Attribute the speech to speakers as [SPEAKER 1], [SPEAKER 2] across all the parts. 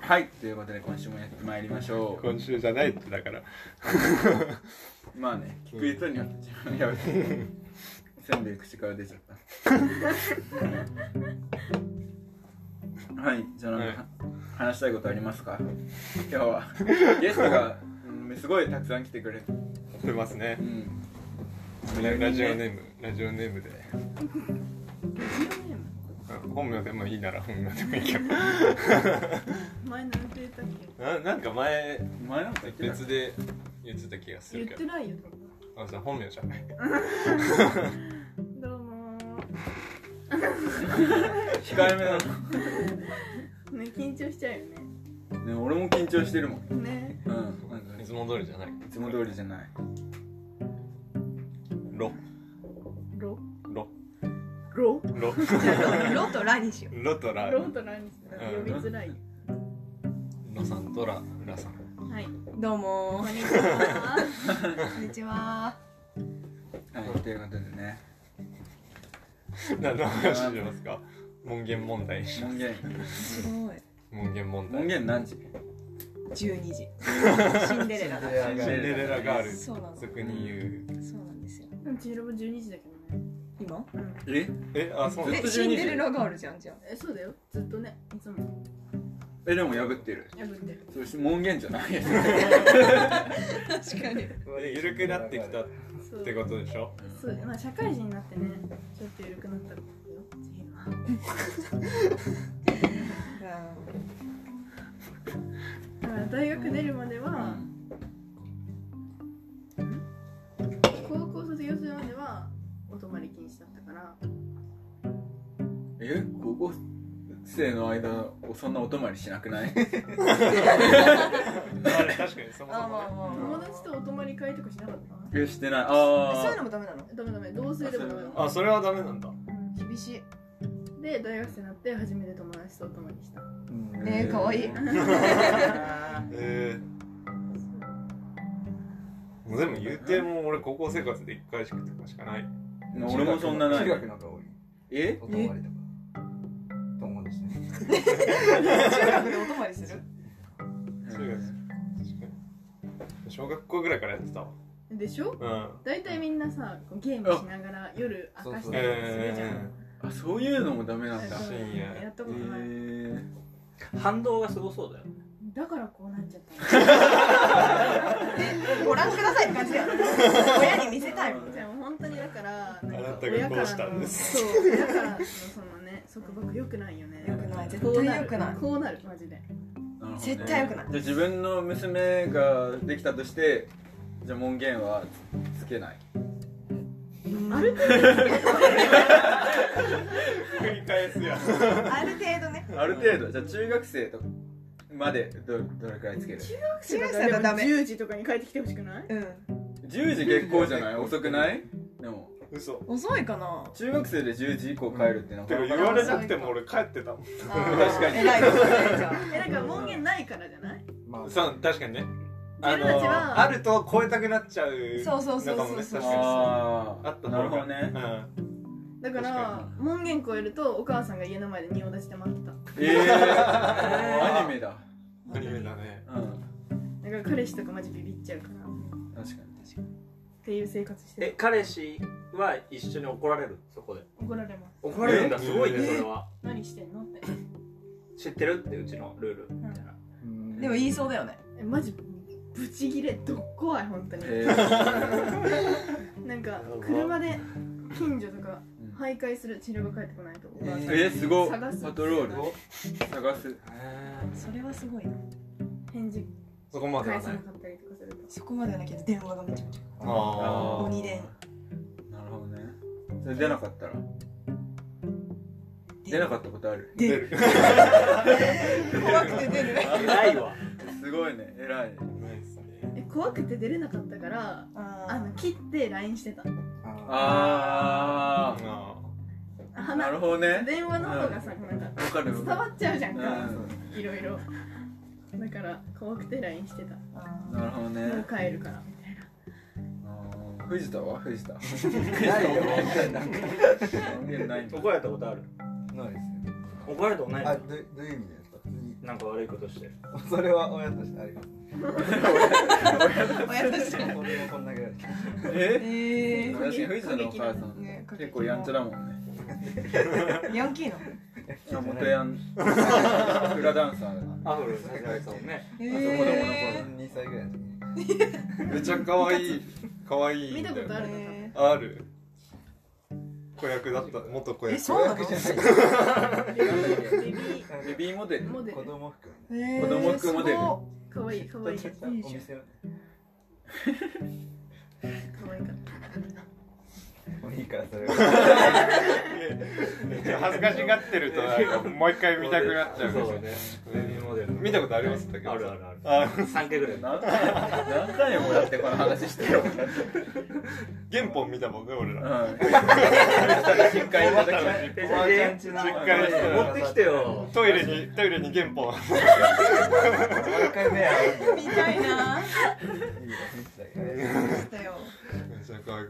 [SPEAKER 1] はいということで今週もやってまいりましょ
[SPEAKER 2] 今週じゃないってだから
[SPEAKER 1] うまあね聞く人によって自分がやるせんべい口から出ちゃったはいじゃあなんか、話したいことありますか今日はゲストが、うん、すごいたくさん来てくれて、
[SPEAKER 2] 撮ってますね
[SPEAKER 1] うん、
[SPEAKER 2] ララジオネームラジオネームでうん本名でもいいなら本名でもいいけど
[SPEAKER 3] 前なんて言ったっ
[SPEAKER 2] ななんか前
[SPEAKER 1] 前なんか言ってた
[SPEAKER 2] 別で言ってた気がす
[SPEAKER 3] け
[SPEAKER 2] る
[SPEAKER 3] 言っ
[SPEAKER 2] け
[SPEAKER 3] て
[SPEAKER 2] ど
[SPEAKER 3] ないよ
[SPEAKER 2] あじゃあ本名じゃない
[SPEAKER 3] どうも
[SPEAKER 1] 控えめだ
[SPEAKER 3] ーね緊張しちゃうよ
[SPEAKER 1] な、ね、俺も緊張してるもん
[SPEAKER 3] ねね
[SPEAKER 1] うんなんか
[SPEAKER 2] い
[SPEAKER 1] い
[SPEAKER 2] つも通りじゃないい
[SPEAKER 1] つも通りじゃない
[SPEAKER 2] ロ
[SPEAKER 3] ロ
[SPEAKER 2] ロロ
[SPEAKER 3] ロ
[SPEAKER 4] じゃあロロとラにしよ
[SPEAKER 2] ロとラ
[SPEAKER 3] ロとラにしたら呼びづらいよ
[SPEAKER 2] ロさんとララさん
[SPEAKER 3] はいう
[SPEAKER 4] どうも
[SPEAKER 3] こんにちは
[SPEAKER 4] こんにちは
[SPEAKER 1] はいということでね
[SPEAKER 2] 何の話しますか門限問題し
[SPEAKER 1] 門限
[SPEAKER 4] すごい
[SPEAKER 2] 門限問題
[SPEAKER 1] 門限何時
[SPEAKER 4] 12時シンデレラだ
[SPEAKER 2] シンデレラガール
[SPEAKER 4] そうなの
[SPEAKER 2] 俗に言う
[SPEAKER 4] そうなんですよ
[SPEAKER 3] うんちひろも12時だけどね
[SPEAKER 4] 今
[SPEAKER 3] うん
[SPEAKER 1] え
[SPEAKER 2] えあそうなん
[SPEAKER 4] え
[SPEAKER 2] だ
[SPEAKER 4] シンデレラガールじゃんじゃん
[SPEAKER 3] えそうだよずっとねいつも
[SPEAKER 1] えでも破ってる
[SPEAKER 3] 破ってる
[SPEAKER 1] それ門限じゃないやつ
[SPEAKER 4] 確かに
[SPEAKER 2] え緩くなってきたっ
[SPEAKER 3] そう
[SPEAKER 2] てことでしょ
[SPEAKER 3] そうまあ社会人になってねちょっと緩くなったんだよちひろはだから大学出るまでは高校卒業するまではお泊まり禁止だったから
[SPEAKER 1] え高校生の間そんなお泊まりしなくない
[SPEAKER 2] まあ確かにそもそ
[SPEAKER 4] あーまあ
[SPEAKER 2] も
[SPEAKER 4] まあ
[SPEAKER 3] 友
[SPEAKER 4] まあ
[SPEAKER 3] 達とお泊まり会とかしなかった
[SPEAKER 1] えしてない
[SPEAKER 4] えそうい
[SPEAKER 1] あ
[SPEAKER 4] うのもダメなの
[SPEAKER 3] ダメダメ同棲でもダメだ
[SPEAKER 2] あそれはダメなんだ
[SPEAKER 4] 厳しい
[SPEAKER 3] で大学生になって初めて友達とお泊まりした
[SPEAKER 1] あ
[SPEAKER 4] ねえかわいい
[SPEAKER 2] えー、もうでも言うても俺高校生活で一回しかとかしかない
[SPEAKER 1] 俺もそんなな
[SPEAKER 5] 中学
[SPEAKER 1] い
[SPEAKER 5] の方が多い
[SPEAKER 1] え
[SPEAKER 5] お泊まりとか友達ね
[SPEAKER 4] 中学でお泊まりする
[SPEAKER 2] 中学確かに小学校ぐらいからやってたわ
[SPEAKER 3] でしょ
[SPEAKER 2] うん
[SPEAKER 3] 大体みんなさこうゲームしながら夜明かしたりとかするじゃ
[SPEAKER 2] え
[SPEAKER 3] ん
[SPEAKER 1] あそういうのもダメなんだ
[SPEAKER 3] だから
[SPEAKER 2] 深夜
[SPEAKER 3] やった
[SPEAKER 1] え
[SPEAKER 3] ことない
[SPEAKER 6] 反動がすごそうだよね
[SPEAKER 3] だからこうなっちゃった
[SPEAKER 4] え ご覧くださいって感じだよね 親に見せたいもん
[SPEAKER 3] じ
[SPEAKER 4] ね
[SPEAKER 3] ゃあもう本当にだからなん
[SPEAKER 2] あな
[SPEAKER 3] か
[SPEAKER 2] たが
[SPEAKER 3] 親か
[SPEAKER 2] こう
[SPEAKER 3] ら
[SPEAKER 2] したん
[SPEAKER 3] の
[SPEAKER 2] です
[SPEAKER 3] そう親からのそのね束縛良くないよね
[SPEAKER 4] よくない
[SPEAKER 3] こ
[SPEAKER 4] 絶
[SPEAKER 3] う
[SPEAKER 4] 対
[SPEAKER 3] な
[SPEAKER 4] よ
[SPEAKER 3] る
[SPEAKER 4] くない
[SPEAKER 3] こうなるマジで
[SPEAKER 1] ー
[SPEAKER 4] 絶対良くない
[SPEAKER 1] じゃあ自分の娘ができたとしてじゃあ門限はつけない
[SPEAKER 4] うん
[SPEAKER 3] あ
[SPEAKER 4] あ
[SPEAKER 3] る
[SPEAKER 4] る
[SPEAKER 3] 程度
[SPEAKER 2] 繰り返すやん
[SPEAKER 4] 程度ね
[SPEAKER 1] ある程度じゃあ中学生とまでどどれくらいつける
[SPEAKER 4] 中学生だとダメ
[SPEAKER 3] 10時とかに帰ってきてほしくない
[SPEAKER 4] うん
[SPEAKER 1] 10時結構じゃない遅くないでも
[SPEAKER 2] 嘘
[SPEAKER 4] 遅いかな
[SPEAKER 1] 中学生で10時以降帰るってな
[SPEAKER 2] て
[SPEAKER 1] か
[SPEAKER 2] か
[SPEAKER 1] なか
[SPEAKER 2] 言われなくても俺帰ってたも ん
[SPEAKER 1] 確かに
[SPEAKER 4] 偉いですねじゃあ
[SPEAKER 3] えなんか門限ないからじゃない
[SPEAKER 5] まあ
[SPEAKER 2] そう確かにねあ
[SPEAKER 3] 自分たちは
[SPEAKER 2] のあると超えたくなっちゃう
[SPEAKER 4] そうそうそうそ
[SPEAKER 2] の
[SPEAKER 4] う
[SPEAKER 2] かもね確かに
[SPEAKER 1] あー
[SPEAKER 2] あった
[SPEAKER 1] なる
[SPEAKER 2] 方
[SPEAKER 1] ほど
[SPEAKER 2] が
[SPEAKER 1] ね
[SPEAKER 2] うん
[SPEAKER 3] だか
[SPEAKER 2] 確
[SPEAKER 3] ら門限超えるとお母さんが家の前で仁王立ちして待ってた
[SPEAKER 1] えー、 アニメだ
[SPEAKER 2] アニメだね
[SPEAKER 1] うん
[SPEAKER 3] だから彼氏とかマジビビっちゃうからっ
[SPEAKER 1] 確か
[SPEAKER 3] ていう生活して
[SPEAKER 6] え
[SPEAKER 3] る
[SPEAKER 6] 彼氏は一緒に怒られるそこで
[SPEAKER 3] 怒られます
[SPEAKER 6] 怒られるんだ
[SPEAKER 2] え
[SPEAKER 6] すごいね
[SPEAKER 2] え
[SPEAKER 6] それは
[SPEAKER 3] 何してんのって
[SPEAKER 6] 知ってるってうちのルールみたいな
[SPEAKER 5] うん
[SPEAKER 4] でも言いそうだよね
[SPEAKER 3] えマジブチギレどっこい本当に
[SPEAKER 1] にえー
[SPEAKER 3] なんか車で近所とか徘徊する治療が帰ってこないとお母さん
[SPEAKER 1] えー、すごっ
[SPEAKER 3] 探す
[SPEAKER 1] パトロールを探す
[SPEAKER 4] それはすごいな
[SPEAKER 3] 返事
[SPEAKER 2] そこまでは
[SPEAKER 3] 返さ
[SPEAKER 2] な
[SPEAKER 3] ないかったりとかすると
[SPEAKER 4] そこまではなきゃ電話がめちゃめちゃ
[SPEAKER 2] あ
[SPEAKER 1] ー
[SPEAKER 4] 鬼電
[SPEAKER 1] なるほどねそれ出なかったら出なかったことある
[SPEAKER 2] 出
[SPEAKER 4] 出る
[SPEAKER 2] る
[SPEAKER 4] 怖くて出 る
[SPEAKER 6] 偉いわ
[SPEAKER 1] すごいね偉い
[SPEAKER 2] ないっすね
[SPEAKER 3] え怖くて出れなかったからあ
[SPEAKER 4] あ
[SPEAKER 3] の切って LINE してた
[SPEAKER 5] あ
[SPEAKER 1] あ
[SPEAKER 2] あ
[SPEAKER 1] あ
[SPEAKER 3] あ
[SPEAKER 1] なるほどね
[SPEAKER 3] 電話の方がさ、なんか
[SPEAKER 1] わかる
[SPEAKER 3] 伝
[SPEAKER 1] わか
[SPEAKER 3] わっちゃうじゃん
[SPEAKER 1] るう
[SPEAKER 3] か、
[SPEAKER 1] ん
[SPEAKER 3] いろいろだから怖くて LINE してた
[SPEAKER 1] なるほど
[SPEAKER 3] も
[SPEAKER 1] ね
[SPEAKER 3] う帰るからみたいな
[SPEAKER 1] あー藤田は藤 田
[SPEAKER 5] ないよなんか
[SPEAKER 1] 門限ないんだ
[SPEAKER 6] 怒られたことある
[SPEAKER 5] ないですよ
[SPEAKER 6] 怒られたことない
[SPEAKER 5] あ
[SPEAKER 6] の
[SPEAKER 5] どどういう意味ですか普通に
[SPEAKER 6] なんか悪いことして
[SPEAKER 5] それは親としてあります
[SPEAKER 4] 親として
[SPEAKER 5] これもこんだけ
[SPEAKER 1] え
[SPEAKER 4] え
[SPEAKER 1] 確かに藤田のお母さん
[SPEAKER 4] ね過激な
[SPEAKER 1] 結構やんちゃだもんね
[SPEAKER 4] ヤンキーなの
[SPEAKER 1] 元ヤンフラダンサーだな
[SPEAKER 6] アフロさせられてたもんね
[SPEAKER 4] え
[SPEAKER 1] え
[SPEAKER 5] 2歳ぐらいの時に
[SPEAKER 2] めちゃ可愛い可愛い
[SPEAKER 3] 見
[SPEAKER 2] ん
[SPEAKER 3] た
[SPEAKER 2] だよ
[SPEAKER 3] ことあるの
[SPEAKER 4] え
[SPEAKER 2] ある子役だった元子
[SPEAKER 4] ー、
[SPEAKER 2] 役
[SPEAKER 4] えそうなの
[SPEAKER 3] ベビー
[SPEAKER 1] ベビーモデル
[SPEAKER 3] モデ
[SPEAKER 5] 子
[SPEAKER 3] ル
[SPEAKER 5] 供服
[SPEAKER 4] えー
[SPEAKER 1] 子供服モデル
[SPEAKER 4] すご
[SPEAKER 3] かわいいかわいい
[SPEAKER 5] ちょっと
[SPEAKER 3] か
[SPEAKER 5] お店の
[SPEAKER 3] わいかった
[SPEAKER 5] もういいからそれは
[SPEAKER 2] 恥ずかしがってるとなんかもう一回見たくなっちゃうか
[SPEAKER 6] そ
[SPEAKER 2] ら
[SPEAKER 6] うねベビーモデル
[SPEAKER 2] 見たことありますだけど
[SPEAKER 6] あるあるあ
[SPEAKER 2] あ
[SPEAKER 6] る3回ぐらい
[SPEAKER 1] 何回何回もやってこの話してる
[SPEAKER 2] 原本見たもんね俺
[SPEAKER 1] う
[SPEAKER 2] ら
[SPEAKER 1] ん深海の時
[SPEAKER 5] おばあちゃん
[SPEAKER 6] 持
[SPEAKER 5] ち の
[SPEAKER 2] 実家ですよ
[SPEAKER 6] ってきてよ
[SPEAKER 2] トイレにトイレに原本
[SPEAKER 5] 毎回目合
[SPEAKER 4] いみたいなだよ
[SPEAKER 2] めちゃ可愛く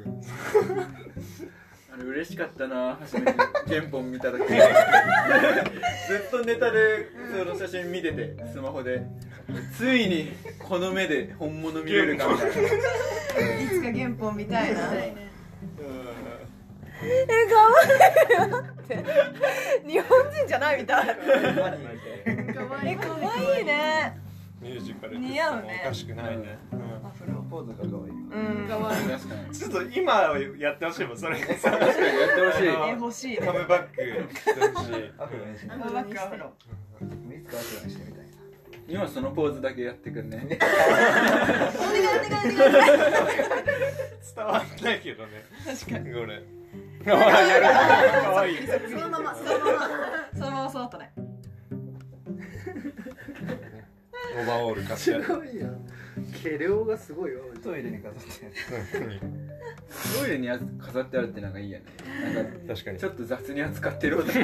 [SPEAKER 1] あれ嬉しかったな初めて原本見た時ずっとネタでその写真見ててスマホでついにこの目で本物見れるかみたいない
[SPEAKER 4] つか原本みたいなえ可愛いいよって日本人じゃないみたい
[SPEAKER 3] かわい
[SPEAKER 4] え
[SPEAKER 3] い
[SPEAKER 4] 可愛いね
[SPEAKER 2] ミュージカル
[SPEAKER 4] 似合うね
[SPEAKER 2] おかしくないね
[SPEAKER 4] アフロ
[SPEAKER 5] ポーズが可愛い
[SPEAKER 4] うん
[SPEAKER 3] かわいい
[SPEAKER 1] 確かに
[SPEAKER 2] ちょっと今やってほしいもんそれカ
[SPEAKER 1] 確かにやってほしい
[SPEAKER 4] え欲しいね
[SPEAKER 2] ムバックしてほしい
[SPEAKER 5] アフロにして
[SPEAKER 4] アフロにして
[SPEAKER 5] いつかアフロにしてみたいな
[SPEAKER 1] 今そのポーズだけやってくんね
[SPEAKER 4] お願いお願いお願い
[SPEAKER 2] 伝わんないけどね
[SPEAKER 4] 確かに
[SPEAKER 2] これ 可愛いやる可愛い
[SPEAKER 3] そのままそのまま
[SPEAKER 4] そのまま育ったね
[SPEAKER 2] オーバーオール貸して
[SPEAKER 6] 毛量がすごいよ
[SPEAKER 5] トイレに飾って
[SPEAKER 1] トイレに飾ってあるってなんかいいよねなんか
[SPEAKER 2] 確かに
[SPEAKER 1] ちょっと雑に扱ってる男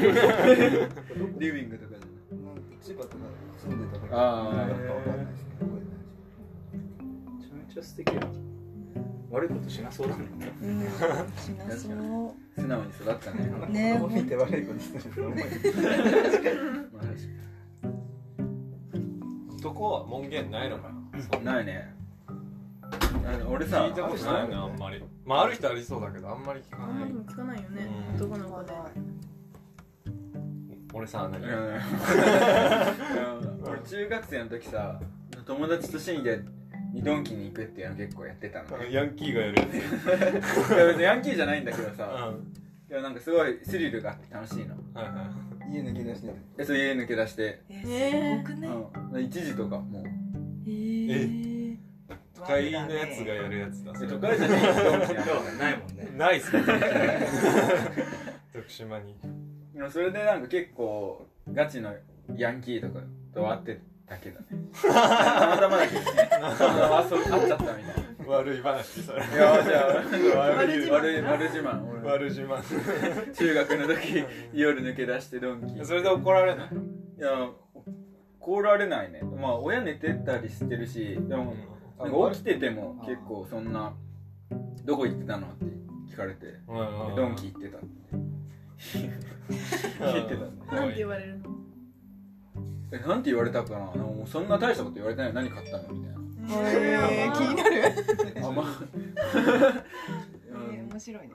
[SPEAKER 1] リビングとかじ
[SPEAKER 5] 千葉とか住んでた時
[SPEAKER 1] あー
[SPEAKER 5] なんかわかんないですけどこれ何
[SPEAKER 6] めちゃめちゃ素敵や悪いことしなそうだね
[SPEAKER 4] うんしなそ
[SPEAKER 1] ゃない素直に育ったね、
[SPEAKER 4] うね
[SPEAKER 5] 子供見て悪いことすると思います
[SPEAKER 1] まあ確
[SPEAKER 2] 男は門限ないのかな
[SPEAKER 1] かにないねあの俺さ
[SPEAKER 2] 聞いたことないよねあんまりまあある人ありそうだけどあんまり聞
[SPEAKER 3] あ
[SPEAKER 2] か
[SPEAKER 3] ん
[SPEAKER 2] な
[SPEAKER 3] ま
[SPEAKER 2] い
[SPEAKER 3] り聞かないよね
[SPEAKER 2] うん
[SPEAKER 3] 男の子で
[SPEAKER 2] 俺さ何
[SPEAKER 1] うん俺中学生の時さ友達と深夜にドンキに行くっていうの結構やってたのい
[SPEAKER 2] ヤンキーがやるやつ
[SPEAKER 1] や別にヤンキーじゃないんだけど
[SPEAKER 2] う
[SPEAKER 1] さ
[SPEAKER 2] ん
[SPEAKER 1] いやなんかすごいスリルがあって楽しいの
[SPEAKER 2] はいはい
[SPEAKER 5] 家抜け出して
[SPEAKER 1] でそう家抜け出して、
[SPEAKER 4] えーすご
[SPEAKER 1] う
[SPEAKER 4] くね
[SPEAKER 1] ん、1時とかもう
[SPEAKER 4] えー
[SPEAKER 2] 都会のやつがやるやつだそ
[SPEAKER 1] え
[SPEAKER 2] れ
[SPEAKER 1] 都会じゃないドンキなの
[SPEAKER 6] ないもんね
[SPEAKER 2] ないっすね徳島に
[SPEAKER 1] でもそれでなんか結構ガチのヤンキーとかと会ってたけどねたまたまだけどねたまたま遊び会っちゃったみたい
[SPEAKER 2] 悪い話それ
[SPEAKER 1] ないやじゃあ
[SPEAKER 2] 悪
[SPEAKER 1] 悪
[SPEAKER 2] い
[SPEAKER 1] い悪い悪自慢俺
[SPEAKER 2] 悪自慢
[SPEAKER 1] 中学の時夜抜け出してドンキ
[SPEAKER 2] それで怒られな
[SPEAKER 1] い
[SPEAKER 2] い
[SPEAKER 1] や怒られないねまあ親寝てたりしてるしでもなんか起きてても結構そんな「どこ行ってたの?」って聞かれて「ドンキ行ってた」聞いてた
[SPEAKER 3] なんて言われるの
[SPEAKER 1] えなんて言われたかなでももうそんな大したこと言われてない何買ったのみたいな
[SPEAKER 4] えー気になる
[SPEAKER 1] あまあ
[SPEAKER 4] えー面白いね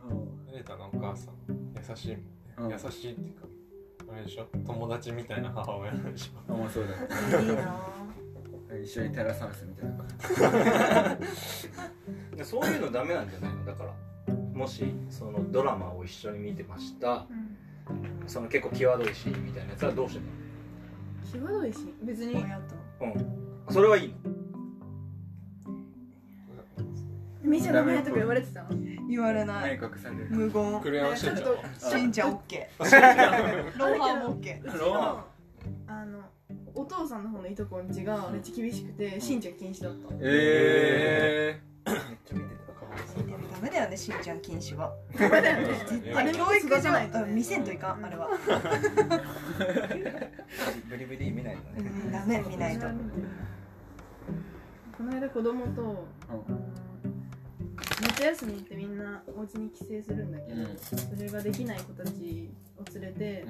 [SPEAKER 2] えたのお母さん優しいもんね
[SPEAKER 1] うん
[SPEAKER 2] 優しいっていうかあれでしょ友達みたいな母親なんでし ょ
[SPEAKER 1] あまあそうだね
[SPEAKER 4] いいな
[SPEAKER 1] 一緒にテラスハウスみたいな感じ
[SPEAKER 6] でそういうのダメなんじゃないのだからもしそのドラマを一緒に見てました
[SPEAKER 3] うん
[SPEAKER 6] その結構際どいシーンみたいなやつはどうしてん
[SPEAKER 3] 際どいし別に
[SPEAKER 4] 親と
[SPEAKER 6] のうんそれはいいの
[SPEAKER 3] 見ちゃダメとか言われてたの
[SPEAKER 4] 言われない
[SPEAKER 1] 何隠される
[SPEAKER 4] 無言
[SPEAKER 2] クレヨンしんちゃんは
[SPEAKER 4] しんちゃんオッケーロンハーもオッケ
[SPEAKER 3] うちのあのお父さんの方のいとこんちがめっちゃ厳しくてしんちゃん禁止だった
[SPEAKER 1] ええ
[SPEAKER 5] めっちゃ見てたかわい
[SPEAKER 4] ーでもダメだよねしんちゃん禁止は
[SPEAKER 2] え
[SPEAKER 4] あれ教育じゃないと
[SPEAKER 3] うん
[SPEAKER 4] 見せんといかんあれは
[SPEAKER 5] いブリブリ見ないと
[SPEAKER 4] う
[SPEAKER 5] ね
[SPEAKER 4] んダメ見ないと
[SPEAKER 3] この間子供と、あの夏休みってみんなお家に帰省するんだけど、それができない子たちを連れて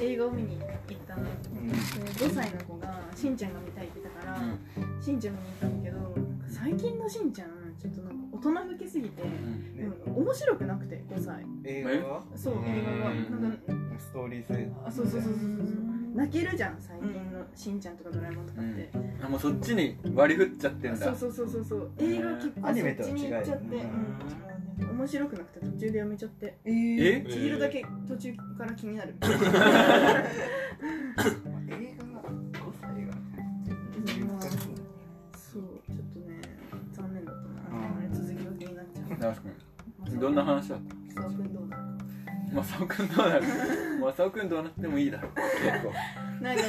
[SPEAKER 1] うん
[SPEAKER 3] 映画を見に行ったの、で5歳の子がしんちゃんが見たいって言ったから、しんちゃん見に行ったんだけど最近のしんちゃんちょっとなんか大人向けすぎて、
[SPEAKER 1] うん
[SPEAKER 5] ね
[SPEAKER 3] うん面白くなくて5歳
[SPEAKER 5] 映画は
[SPEAKER 3] そう
[SPEAKER 2] うん
[SPEAKER 3] 映画がなんか
[SPEAKER 5] ストーリー性
[SPEAKER 3] あそうそうそうそうそう泣けるじゃん最近のしんちゃんとかドラえもんとかって、
[SPEAKER 1] あもうそっちに割り振っちゃってんだ
[SPEAKER 3] そうそうそうそうそう映画結構
[SPEAKER 5] アニメとは
[SPEAKER 3] そ
[SPEAKER 5] 違
[SPEAKER 3] っ
[SPEAKER 5] う
[SPEAKER 3] ちに行っちゃって、
[SPEAKER 5] うん
[SPEAKER 3] うん面白くなくて途中でやめちゃって
[SPEAKER 5] えー
[SPEAKER 1] え
[SPEAKER 3] ちぎるだけ途中から気になる
[SPEAKER 5] 映画が5歳が
[SPEAKER 3] うんそうちょっとね残念だったな、
[SPEAKER 5] うん
[SPEAKER 3] 続きが気になっちゃう
[SPEAKER 1] 確かに どんな話だった
[SPEAKER 3] マサオくんどうなの
[SPEAKER 1] マサオくんどうなるマサオくんどうなってもいいだろ結構
[SPEAKER 3] ないだろ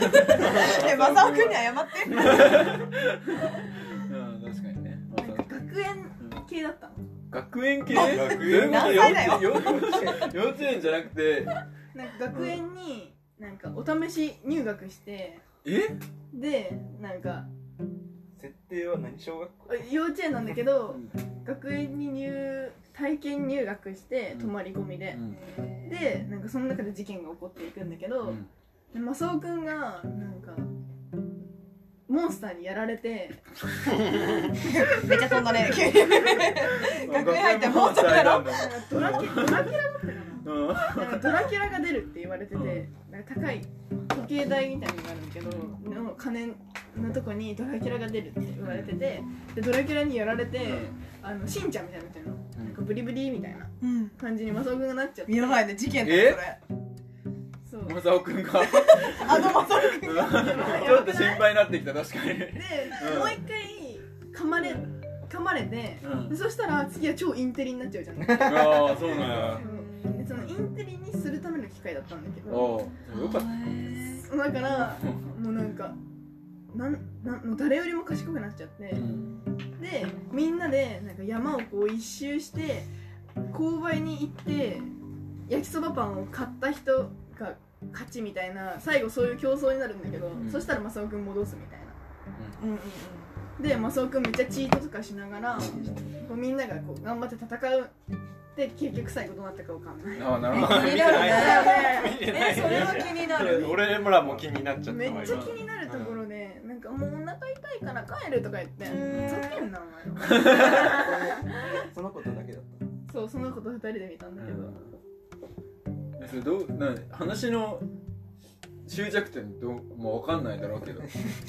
[SPEAKER 4] え、マサオ君に謝って。
[SPEAKER 1] うん確かにねマサオ
[SPEAKER 3] う学園系だったの
[SPEAKER 1] 学園系
[SPEAKER 2] 学園
[SPEAKER 4] 何歳だよ
[SPEAKER 1] 幼稚園幼稚園じゃなくて
[SPEAKER 3] なんか学園になんかお試し入学して
[SPEAKER 1] え
[SPEAKER 3] でなんか
[SPEAKER 5] 設定は何小学校
[SPEAKER 3] 幼稚園なんだけど学園に入体験入学して泊まり込みで、でなんかその中で事件が起こっていくんだけど、
[SPEAKER 1] うん
[SPEAKER 3] でマサオくんがなんかモンスターにやられて
[SPEAKER 4] めっちゃ飛んだね。急に 学園入ってもうちょっとやろ
[SPEAKER 1] 学園も
[SPEAKER 3] なんかドラキ ドラキュラだったか
[SPEAKER 1] うん
[SPEAKER 3] ななんかドラキュラが出るって言われてて、
[SPEAKER 1] う
[SPEAKER 3] なんか高い時計台みたいなのがあるんだけど、の金のとこにドラキュラが出るって言われててでドラキュラにやられて、あのしんちゃんみたいなのやつやんのなんかブリブリみたいな
[SPEAKER 4] うん。
[SPEAKER 3] 感じにマサオくんがなっちゃって
[SPEAKER 4] 見らないで事件だよ、それ。
[SPEAKER 3] そう
[SPEAKER 1] マサオくんが
[SPEAKER 4] あのマサオ
[SPEAKER 1] ち
[SPEAKER 4] 君。
[SPEAKER 1] ょっと心配になってきた確かに
[SPEAKER 3] で、
[SPEAKER 1] うん
[SPEAKER 3] もう一回噛まれ噛まれて、
[SPEAKER 1] うん
[SPEAKER 3] でそしたら次は超インテリになっちゃうじゃん
[SPEAKER 1] ああそうなんや
[SPEAKER 3] でそのインテリにするための機会だったんだけ
[SPEAKER 1] お
[SPEAKER 3] ど
[SPEAKER 1] およかっ
[SPEAKER 3] だからもうなんかなんなんもう誰よりも賢くなっちゃって、
[SPEAKER 1] たうん
[SPEAKER 3] でみんなでなんか山をこう一周して購買に行って焼きそばパンを買った人が勝ちみたいな最後そういう競争になるんだけど、
[SPEAKER 1] ん
[SPEAKER 3] そしたらマサオくん戻すみたいな
[SPEAKER 4] うんうんうん。
[SPEAKER 3] でマサオくんめっちゃチートとかしながらこうみんながこう頑張って戦うで結局最後どうなったかわかんない
[SPEAKER 1] ああなるほ
[SPEAKER 4] 気
[SPEAKER 1] ど
[SPEAKER 4] になるね。
[SPEAKER 2] 見てない
[SPEAKER 4] え、それは気になる。
[SPEAKER 2] 俺らも気になっちゃったわ
[SPEAKER 3] め
[SPEAKER 2] 今
[SPEAKER 3] っちゃ気になるところで、なんかもうお腹痛いから帰るとか言って
[SPEAKER 4] うん
[SPEAKER 3] ふざけんなお前
[SPEAKER 5] そのことだけだっ
[SPEAKER 3] そうそんなこと二人で見たんだけど、
[SPEAKER 1] えそれどうなん話の終着点どうもう分かんないだろうけど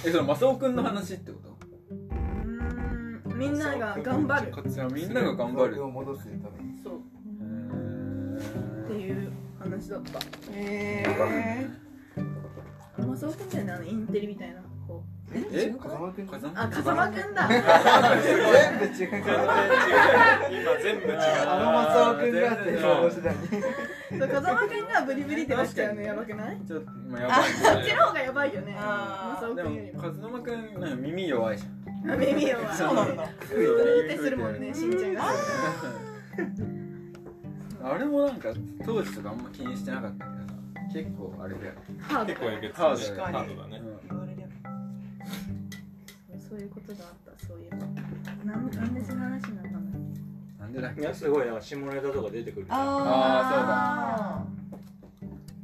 [SPEAKER 1] えそれマサオくんの話ってこ
[SPEAKER 3] うーんみんなが頑張る
[SPEAKER 1] とじゃあみんなが
[SPEAKER 5] た
[SPEAKER 1] 頑張る
[SPEAKER 5] を戻すために
[SPEAKER 3] そう
[SPEAKER 1] へ
[SPEAKER 3] っていう話だった
[SPEAKER 4] え
[SPEAKER 3] マサオくんだよねあのインテリみたいな子
[SPEAKER 1] え
[SPEAKER 5] 風間君
[SPEAKER 1] 風間
[SPEAKER 3] あ風間くんだ
[SPEAKER 5] 全部違う
[SPEAKER 2] 今全部違う
[SPEAKER 5] あの松尾君があって
[SPEAKER 1] そう
[SPEAKER 5] そうだね
[SPEAKER 3] そう風間くんがブリブリってなっちゃうのやばくない
[SPEAKER 1] ちょっと今やばい
[SPEAKER 3] そっちの方がやばいよね
[SPEAKER 4] あ
[SPEAKER 3] マ
[SPEAKER 4] ー
[SPEAKER 3] サオ
[SPEAKER 1] で
[SPEAKER 3] くんより
[SPEAKER 1] も
[SPEAKER 3] も
[SPEAKER 1] 風間くんなんか耳弱いじゃん
[SPEAKER 3] 耳弱い
[SPEAKER 4] そうなんだ。
[SPEAKER 3] ふってするもんねしんちゃんが
[SPEAKER 1] あれもなんか当時とかあんま気にしてなかったけどさ結構あれだよね
[SPEAKER 3] ハード
[SPEAKER 2] 結構えげつ
[SPEAKER 1] ハードだ
[SPEAKER 2] 確
[SPEAKER 1] ね
[SPEAKER 2] かにハードだね
[SPEAKER 1] うん
[SPEAKER 4] 言われるよ
[SPEAKER 3] そういうことがあったそういえばなんなんでその話になったんだ
[SPEAKER 1] なんでだっ
[SPEAKER 6] いや
[SPEAKER 1] け
[SPEAKER 6] すごいなんか下ネタとか出てくるじゃん
[SPEAKER 4] ああ、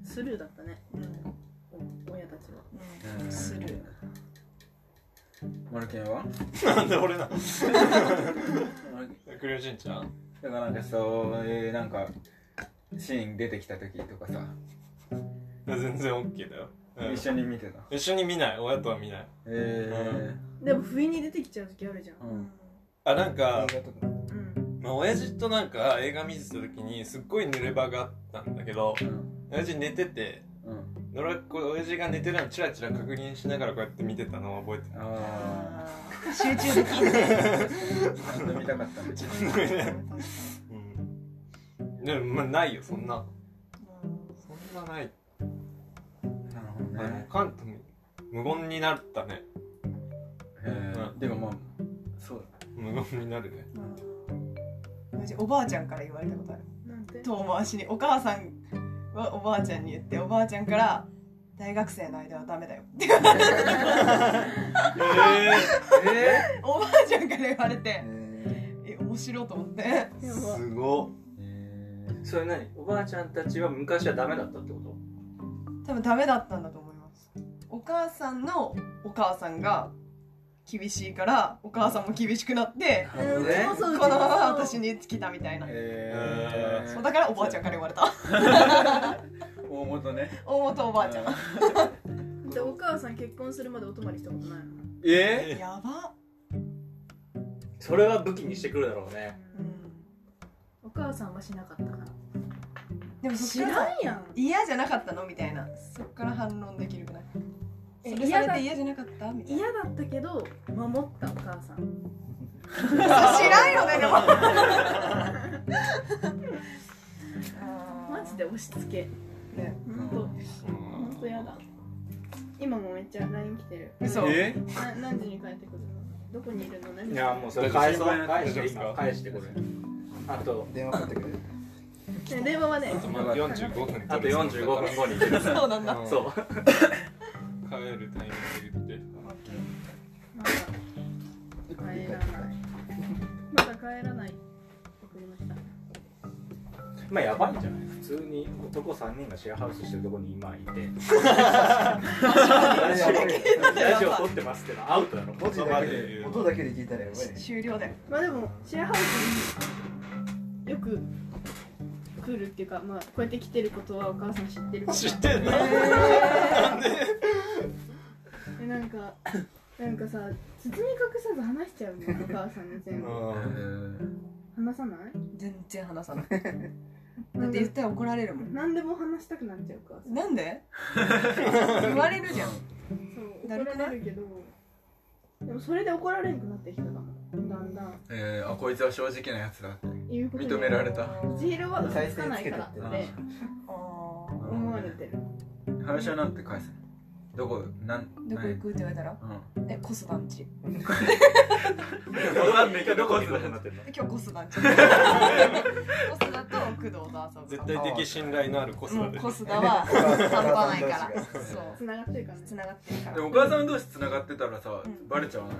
[SPEAKER 3] スルーだったね
[SPEAKER 4] そうだ。
[SPEAKER 3] お親たちは
[SPEAKER 1] うん
[SPEAKER 4] する。
[SPEAKER 1] マルケンは
[SPEAKER 2] なんで俺なの
[SPEAKER 1] マルケン
[SPEAKER 2] クレヨンしんちゃん
[SPEAKER 1] だからなんかそういうなんかシーン出てきた時とかさ
[SPEAKER 2] いや全然 OK だようん
[SPEAKER 1] 一緒に見てた
[SPEAKER 2] 一緒に見ない親とは見ない
[SPEAKER 1] え
[SPEAKER 3] でも不意に出てきちゃう時あるじゃん
[SPEAKER 1] ーうん
[SPEAKER 2] あなんか
[SPEAKER 5] 映画とか
[SPEAKER 3] うん
[SPEAKER 2] まあ、親父となんか映画見てた時にすっごい濡れ場があったんだけど
[SPEAKER 1] うん
[SPEAKER 2] 親父寝てて
[SPEAKER 1] うん
[SPEAKER 2] ドラこう親父が寝てるのチラチラ確認しながらこうやって見てたのを覚えて
[SPEAKER 1] あ
[SPEAKER 4] 集中できんね。
[SPEAKER 1] あちょっと見たかったんで
[SPEAKER 2] る、うん、でもまあないよそんなそんなな
[SPEAKER 1] な
[SPEAKER 2] い
[SPEAKER 1] るほど
[SPEAKER 2] あの
[SPEAKER 1] ね
[SPEAKER 2] カントも無言になったね
[SPEAKER 1] えー
[SPEAKER 2] うん
[SPEAKER 1] でもまあそう
[SPEAKER 2] 無言になるね
[SPEAKER 4] 私おばあちゃんから言われたことある
[SPEAKER 3] なんて
[SPEAKER 4] 遠回しにお母さんはおばあちゃんに言っておばあちゃんから「大学生の間はダメだよ」って言われた
[SPEAKER 2] え
[SPEAKER 4] おばあちゃんから言われて
[SPEAKER 5] え
[SPEAKER 4] 「え面白いと思って
[SPEAKER 3] やば
[SPEAKER 2] すご
[SPEAKER 6] それ何おばあちゃんたちは昔はダメだったってこと
[SPEAKER 4] 多分ダメだったんだと思いますお母さんのお母さんが厳しいからお母さんも厳しくなって
[SPEAKER 6] なるほどね
[SPEAKER 3] うんそう
[SPEAKER 4] こ
[SPEAKER 3] そう
[SPEAKER 4] のまま私に来たみたいな、
[SPEAKER 1] え
[SPEAKER 4] そうだからおばあちゃんから言われた
[SPEAKER 1] 大元ね
[SPEAKER 4] 大元おばあちゃん
[SPEAKER 3] でお母さん結婚するまでお泊まりしたことないの
[SPEAKER 1] え
[SPEAKER 4] やば、
[SPEAKER 6] それは武器にしてくるだろうね
[SPEAKER 4] う
[SPEAKER 3] お
[SPEAKER 4] ん、
[SPEAKER 3] 母さんはしなかったから
[SPEAKER 4] でもそ
[SPEAKER 3] 知
[SPEAKER 4] っからら
[SPEAKER 3] んやん
[SPEAKER 4] 嫌じゃなかったのみたいなそっから反論できるくない
[SPEAKER 3] え
[SPEAKER 4] それされて嫌じゃなかったみたい
[SPEAKER 3] 嫌だったけど守ったお母さん
[SPEAKER 4] な知らんよねでも
[SPEAKER 3] マジで押し付け
[SPEAKER 4] ね
[SPEAKER 3] 本当本当やだ今もめっちゃ LINE 来てる
[SPEAKER 4] 嘘
[SPEAKER 1] え
[SPEAKER 3] な何時に帰ってくるのどこにいるの何
[SPEAKER 6] いやもうそれ返そう返していいか返してこれあと
[SPEAKER 5] 電話かかってくる
[SPEAKER 3] ね電話はね
[SPEAKER 2] まあ45分
[SPEAKER 6] あと45分後に行ける
[SPEAKER 4] そうなんだ
[SPEAKER 2] うん
[SPEAKER 6] そう
[SPEAKER 2] 帰るタイミングって
[SPEAKER 3] まだ帰らないまだ帰らない送りました
[SPEAKER 6] まあやばいんじゃない普通に男3人がシェアハウスしてるとこに今いてラジオラジオ撮ってますってのはアウトだろ
[SPEAKER 5] 文字だけで 音だけで聞いたらやばいね
[SPEAKER 4] 終了だよ
[SPEAKER 3] まあでもシェアハウスによく来るっていうかまあこうやって来てることはお母さん知ってるから
[SPEAKER 2] 知ってんだ
[SPEAKER 3] えなんかなんかさ包み隠さず話しちゃうねお母さんに全部話さない
[SPEAKER 4] 全然話さないだって言ったら怒られるもん
[SPEAKER 3] 何でも話したくなっちゃうお母さん
[SPEAKER 4] なんで言われる じゃん
[SPEAKER 3] そう
[SPEAKER 4] だ
[SPEAKER 3] 怒
[SPEAKER 4] るくない
[SPEAKER 3] られるけどでもそれで怒られなくなってきたかもだんだん
[SPEAKER 1] えー、あこいつは正直なやつだって
[SPEAKER 3] 言うこと
[SPEAKER 1] 認められた
[SPEAKER 3] ジールは嘘つかないからって
[SPEAKER 5] 再生つけてって
[SPEAKER 4] あー
[SPEAKER 3] 思われてる
[SPEAKER 1] 話はなんて返すのどこなん
[SPEAKER 4] どこ行くって言われたら
[SPEAKER 1] う
[SPEAKER 4] えコス団地
[SPEAKER 1] んわかんないけど
[SPEAKER 6] ど
[SPEAKER 1] こ
[SPEAKER 6] こ
[SPEAKER 1] に
[SPEAKER 6] に
[SPEAKER 1] いるの
[SPEAKER 6] なってんの
[SPEAKER 4] 今日コス団地コスダと工藤と遊ぶ
[SPEAKER 2] 絶対的信頼のあるコス
[SPEAKER 4] も
[SPEAKER 2] だ
[SPEAKER 4] う
[SPEAKER 2] で
[SPEAKER 4] コスダは半端ないからそう
[SPEAKER 3] 繋がってるからね
[SPEAKER 4] 繋がってるか
[SPEAKER 1] で
[SPEAKER 4] ら
[SPEAKER 1] もお母さん同士つながってたらさ、
[SPEAKER 4] うん
[SPEAKER 1] バレちゃわない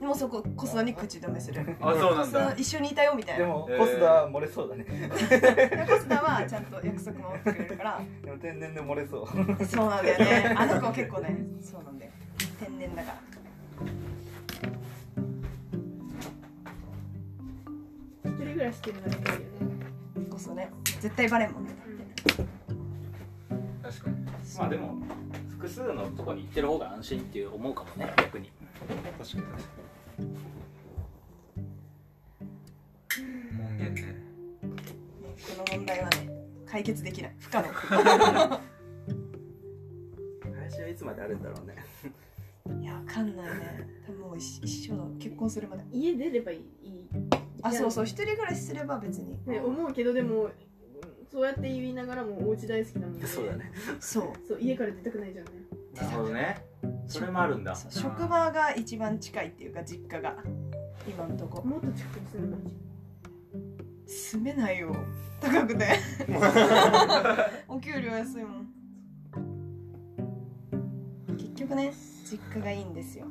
[SPEAKER 4] もうそこコスダに口止めする
[SPEAKER 1] あそう
[SPEAKER 4] コ
[SPEAKER 1] なん
[SPEAKER 4] スダ
[SPEAKER 1] だ
[SPEAKER 4] 一緒にいたよみたい
[SPEAKER 5] で
[SPEAKER 4] な
[SPEAKER 5] もコスダは漏れそうだね
[SPEAKER 4] でコスダはちゃんと約束守ってくれるから
[SPEAKER 5] でも天然で漏れそう
[SPEAKER 4] そうなんだよね。あの子は結構ね、そうなんだよ。天然だから。
[SPEAKER 3] 一人暮らしっていうのがいいよね
[SPEAKER 4] こそね、絶対バレんもんね。
[SPEAKER 1] 確かに
[SPEAKER 6] まあでも複数のとこに行ってる方が安心っていう思うかもね逆に
[SPEAKER 2] 確かに
[SPEAKER 1] 門限ね
[SPEAKER 4] この問題はね、解決できない。不可能。
[SPEAKER 6] 林はいつまであるんだろうね
[SPEAKER 4] いや、わかんないね。多分もう一一生だ。結婚するまで。
[SPEAKER 3] 家出ればいいいい
[SPEAKER 4] あ、そうそう。一人暮らしすれば別に。
[SPEAKER 3] ね思うけどでもそうやって言いながらもお家大好きなもん
[SPEAKER 6] そうだね
[SPEAKER 4] そう。
[SPEAKER 3] そう家から出たくないじゃんね
[SPEAKER 6] なるほどねそれもあるんだ
[SPEAKER 4] そう職場が一番近いっていうか、実家が。今のとこ。
[SPEAKER 3] もっと近くに住んでほしい
[SPEAKER 4] 住めないよ。高 くて。お給料安いもん。結局ね、実家がいいんですよ。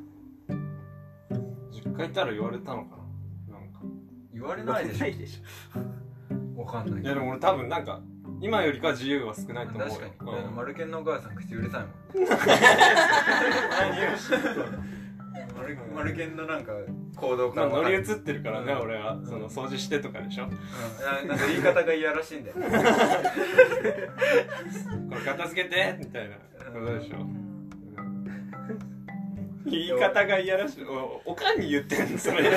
[SPEAKER 2] 実家いたら言われたのかななんか
[SPEAKER 1] 言われないでし
[SPEAKER 6] でし
[SPEAKER 1] ょわかんない
[SPEAKER 2] いやでも俺多分なんか今よりか自由は少ないと思うよ
[SPEAKER 1] 確かに、あのマルケンのお母さん口うるさいもんマルマルケンのなんか行動
[SPEAKER 2] ま
[SPEAKER 1] か
[SPEAKER 2] あ
[SPEAKER 1] らわ
[SPEAKER 2] 乗
[SPEAKER 1] か
[SPEAKER 2] り
[SPEAKER 1] る、
[SPEAKER 2] 移ってるからね、俺はその掃除してとかでしょ、
[SPEAKER 1] うん、ななんか言い方がいやらしいんだよね
[SPEAKER 2] これ片付けてみたいなことでしょ、
[SPEAKER 4] うん
[SPEAKER 2] 言い方がいやらしいおおかんに言ってんのそれ
[SPEAKER 4] 遠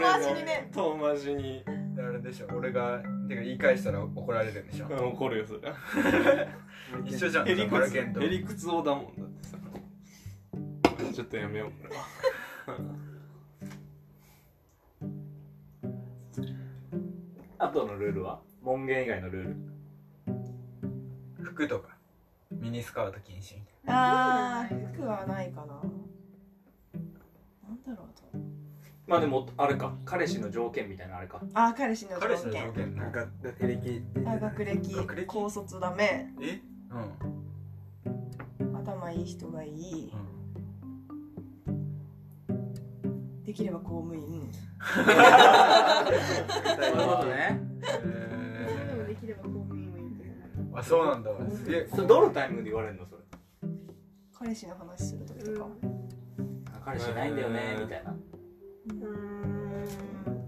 [SPEAKER 4] 回しにね
[SPEAKER 2] 遠回しに、
[SPEAKER 1] あれでしょ俺がてか言い返したら怒られるんでしょ
[SPEAKER 2] うん怒るよそれ
[SPEAKER 1] 一緒じゃん
[SPEAKER 2] へり
[SPEAKER 1] マ
[SPEAKER 2] く
[SPEAKER 1] ル
[SPEAKER 2] つ
[SPEAKER 1] ケンと
[SPEAKER 2] へりくつおだもんだってさちょっとやめようこれは
[SPEAKER 6] あとのルールは門限以外のルール
[SPEAKER 1] 服とかミニスカート禁止み
[SPEAKER 4] あー服はないかななんだろう
[SPEAKER 6] まあでもあれか彼氏の条件みたいなあれか
[SPEAKER 4] とあー彼氏の
[SPEAKER 1] たいな彼
[SPEAKER 4] 条
[SPEAKER 1] 氏の条
[SPEAKER 4] 件
[SPEAKER 1] 件なんか
[SPEAKER 5] 学歴
[SPEAKER 4] あー学歴
[SPEAKER 1] 学歴
[SPEAKER 4] 高卒ダメ
[SPEAKER 1] えうん、
[SPEAKER 4] 頭いい人がいい
[SPEAKER 1] うん、
[SPEAKER 4] でできれば公務員
[SPEAKER 6] そういうことね
[SPEAKER 3] それで
[SPEAKER 1] え
[SPEAKER 3] もできれば公務員もいいけど
[SPEAKER 1] ーあそうなんだすげえ
[SPEAKER 6] それどのタイミングで言われるのそれ
[SPEAKER 4] 彼氏の話する時とか
[SPEAKER 6] 彼氏いないんだよねみたいな
[SPEAKER 3] うんう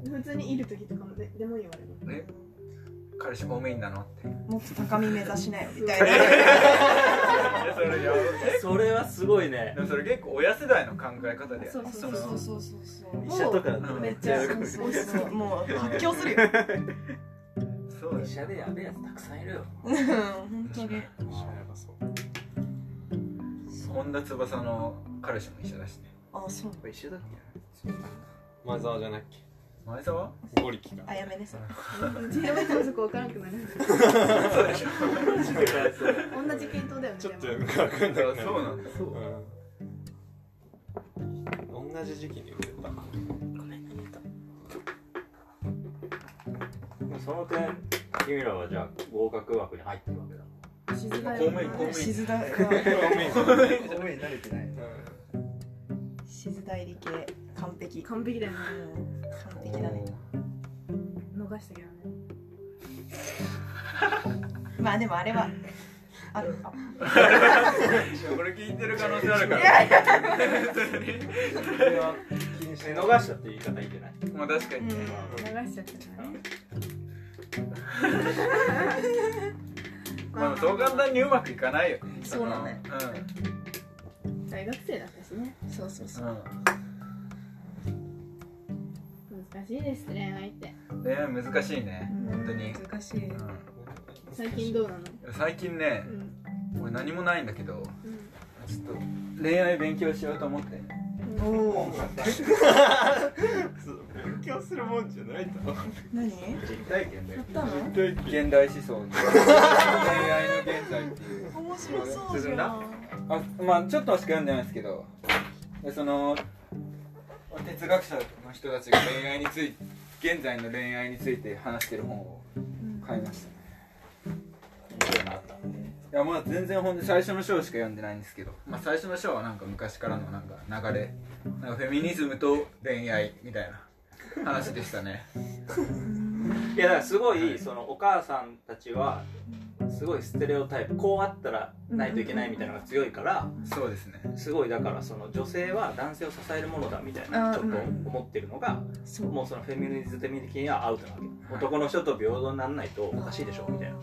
[SPEAKER 3] ーん普通にいる時とかもででも言われる
[SPEAKER 1] ね彼氏公務員なのって
[SPEAKER 4] もっと高み目指しなよみたいな
[SPEAKER 1] それやば
[SPEAKER 6] それはすごいね
[SPEAKER 1] でもそれ結構親世代の考え方で
[SPEAKER 3] そうそうそう
[SPEAKER 4] そうそうそうそう
[SPEAKER 5] 医者とか
[SPEAKER 1] ん
[SPEAKER 3] めっちゃ
[SPEAKER 5] そう
[SPEAKER 4] そうそうそうもう発狂するよ
[SPEAKER 1] そうだよ
[SPEAKER 6] 医者でやべえやつたくさんいるよ
[SPEAKER 4] うん本当に
[SPEAKER 1] 本田翼の彼氏も一緒だしね
[SPEAKER 4] あそう
[SPEAKER 1] 一緒だっけ
[SPEAKER 2] 前澤じゃなっ
[SPEAKER 1] 前澤
[SPEAKER 2] けゴリキか
[SPEAKER 4] あやめねそれ
[SPEAKER 3] 自分でもそこ分からなくなる
[SPEAKER 1] そうでしょ
[SPEAKER 3] 同じ系統だよね
[SPEAKER 2] ちょっと
[SPEAKER 3] で
[SPEAKER 2] よ
[SPEAKER 3] も
[SPEAKER 2] くわかんない
[SPEAKER 1] そうなんだ
[SPEAKER 2] うん同じ時期に売れた
[SPEAKER 6] その点君らはじゃあ合格枠に入ってるわけだ
[SPEAKER 3] 静か
[SPEAKER 1] 公
[SPEAKER 3] に
[SPEAKER 1] 務員公務員
[SPEAKER 4] 静大が
[SPEAKER 5] 公務員慣れてない
[SPEAKER 4] 静大理系完璧
[SPEAKER 3] 完璧だよね
[SPEAKER 4] うん完璧だね
[SPEAKER 3] 逃したけどね
[SPEAKER 4] まあでもあれはあるか
[SPEAKER 1] これ聞いてる可能性あるから
[SPEAKER 6] それは
[SPEAKER 5] 気にし
[SPEAKER 6] ね
[SPEAKER 5] ない
[SPEAKER 6] 逃したって言い方いいんじゃない
[SPEAKER 1] まあ確かにね、
[SPEAKER 4] う
[SPEAKER 3] 流しちゃってね
[SPEAKER 1] まあ、そう簡単にうまくいかないよね
[SPEAKER 4] そうだね
[SPEAKER 3] 大学生だったしね
[SPEAKER 4] んそうそうそう
[SPEAKER 1] うん、
[SPEAKER 3] 難しいです恋愛って
[SPEAKER 1] うん、恋愛難しいね本当に、
[SPEAKER 4] 難しい
[SPEAKER 3] 最近どうなの
[SPEAKER 1] うん、最近ね
[SPEAKER 3] うん
[SPEAKER 1] 俺何もないんだけど
[SPEAKER 3] うん
[SPEAKER 1] ちょっと恋愛勉強しようと思って
[SPEAKER 4] おお
[SPEAKER 2] 勉強するもんじゃないだろ
[SPEAKER 4] 何
[SPEAKER 6] 実体験で
[SPEAKER 4] やったの
[SPEAKER 1] 現代思想と恋愛の現代っていう
[SPEAKER 4] 面白そうじゃん
[SPEAKER 1] あまあちょっとはしか読んでないですけどでその哲学者の人たちが恋愛について現在の恋愛について話してる本を買いましたねいやまあ全然本で最初の章しか読んでないんですけど、まあ、最初の章はなんか昔からのなんか流れなんかフェミニズムと恋愛みたいな話でしたね
[SPEAKER 6] いやだからすごいそのお母さんたちはすごいステレオタイプこうあったらないといけないみたいなのが強いから
[SPEAKER 1] そうですね
[SPEAKER 6] すごいだからその女性は男性を支えるものだみたいな
[SPEAKER 4] あー
[SPEAKER 6] ちょっと
[SPEAKER 4] うん
[SPEAKER 6] 思ってるのが
[SPEAKER 4] そう
[SPEAKER 6] もうそのフェミニズム的にはアウトなわけ男の人と平等にならないとおかしいでしょみたいな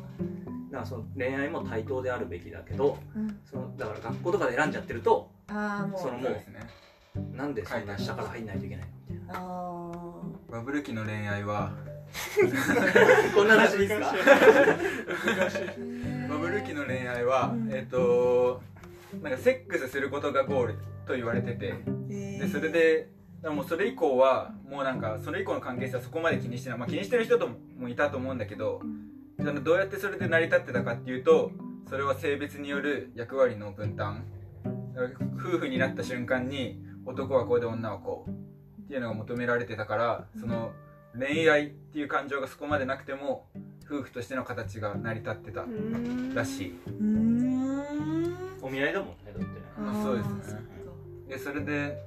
[SPEAKER 6] だからその恋愛も対等であるべきだけど
[SPEAKER 4] うん
[SPEAKER 6] そのだから学校とかで選んじゃってると
[SPEAKER 4] ああも
[SPEAKER 6] そうの
[SPEAKER 1] そう
[SPEAKER 6] も
[SPEAKER 1] です
[SPEAKER 6] う
[SPEAKER 1] ね
[SPEAKER 6] なんでそんな下から入んないといけないのみたいな
[SPEAKER 4] あー
[SPEAKER 1] バブル期の恋愛は
[SPEAKER 6] こんな話いいですか
[SPEAKER 1] バブル期の恋愛は、
[SPEAKER 4] うん
[SPEAKER 1] えっ、となんかセックスすることがゴールと言われてて
[SPEAKER 4] え
[SPEAKER 1] で
[SPEAKER 4] ー
[SPEAKER 1] それででもそれ以降はもうなんかそれ以降の関係性はそこまで気にしてない、まあ、気にしてる人とももいたと思うんだけどそのどうやってそれで成り立ってたかっていうとそれは性別による役割の分担だから夫婦になった瞬間に男はこうで女はこうっていうのが求められてたからその恋愛っていう感情がそこまでなくても夫婦としての形が成り立ってた
[SPEAKER 3] うん
[SPEAKER 1] らしいう
[SPEAKER 4] ーん
[SPEAKER 6] お見合いだもんねだってね
[SPEAKER 1] まあそうですねでそれで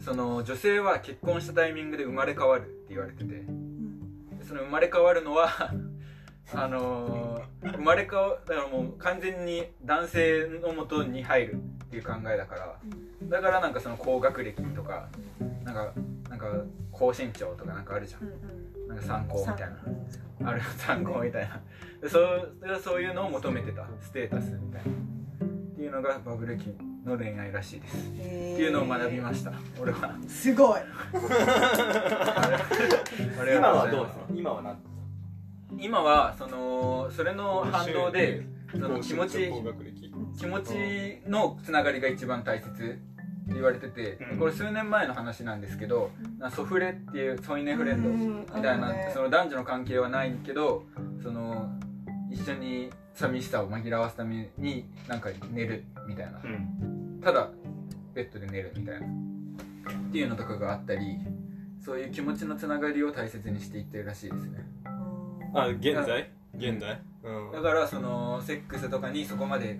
[SPEAKER 1] その女性は結婚したタイミングで生まれ変わるって言われてて、でその生まれ変わるのは あのー生まれ変わだからもう完全に男性のもとに入るっていう考えだからだからなんかその高学歴とかなんかなんか高身長とかなんかあるじゃん、なんか参考みたいなある参考みたいなでそうそれはそういうのを求めてたステータスみたいなっていうのがバブル期の恋愛らしいです
[SPEAKER 4] って
[SPEAKER 1] っていうのを学びました、俺は
[SPEAKER 4] すすごい
[SPEAKER 1] で
[SPEAKER 6] 今はどうですすか今は何
[SPEAKER 1] 今はそのそれの反動でその気持ち
[SPEAKER 2] 高学歴
[SPEAKER 1] 気持ちのつながりが一番大切って言われてて、
[SPEAKER 6] うん
[SPEAKER 1] これ数年前の話なんですけど、なソフレっていう添い寝フレンドみ
[SPEAKER 4] み
[SPEAKER 1] たいな、その男女の関係はないけどその一緒に寂しさを紛らわすためになんか寝るみたいな
[SPEAKER 6] うん
[SPEAKER 1] ただベッドで寝るみたいなっていうのとかがあったりそういう気持ちのつながりを大切にしていってるらしいですね
[SPEAKER 2] あ現在現在うん
[SPEAKER 1] だからそのセックスとかにそこまで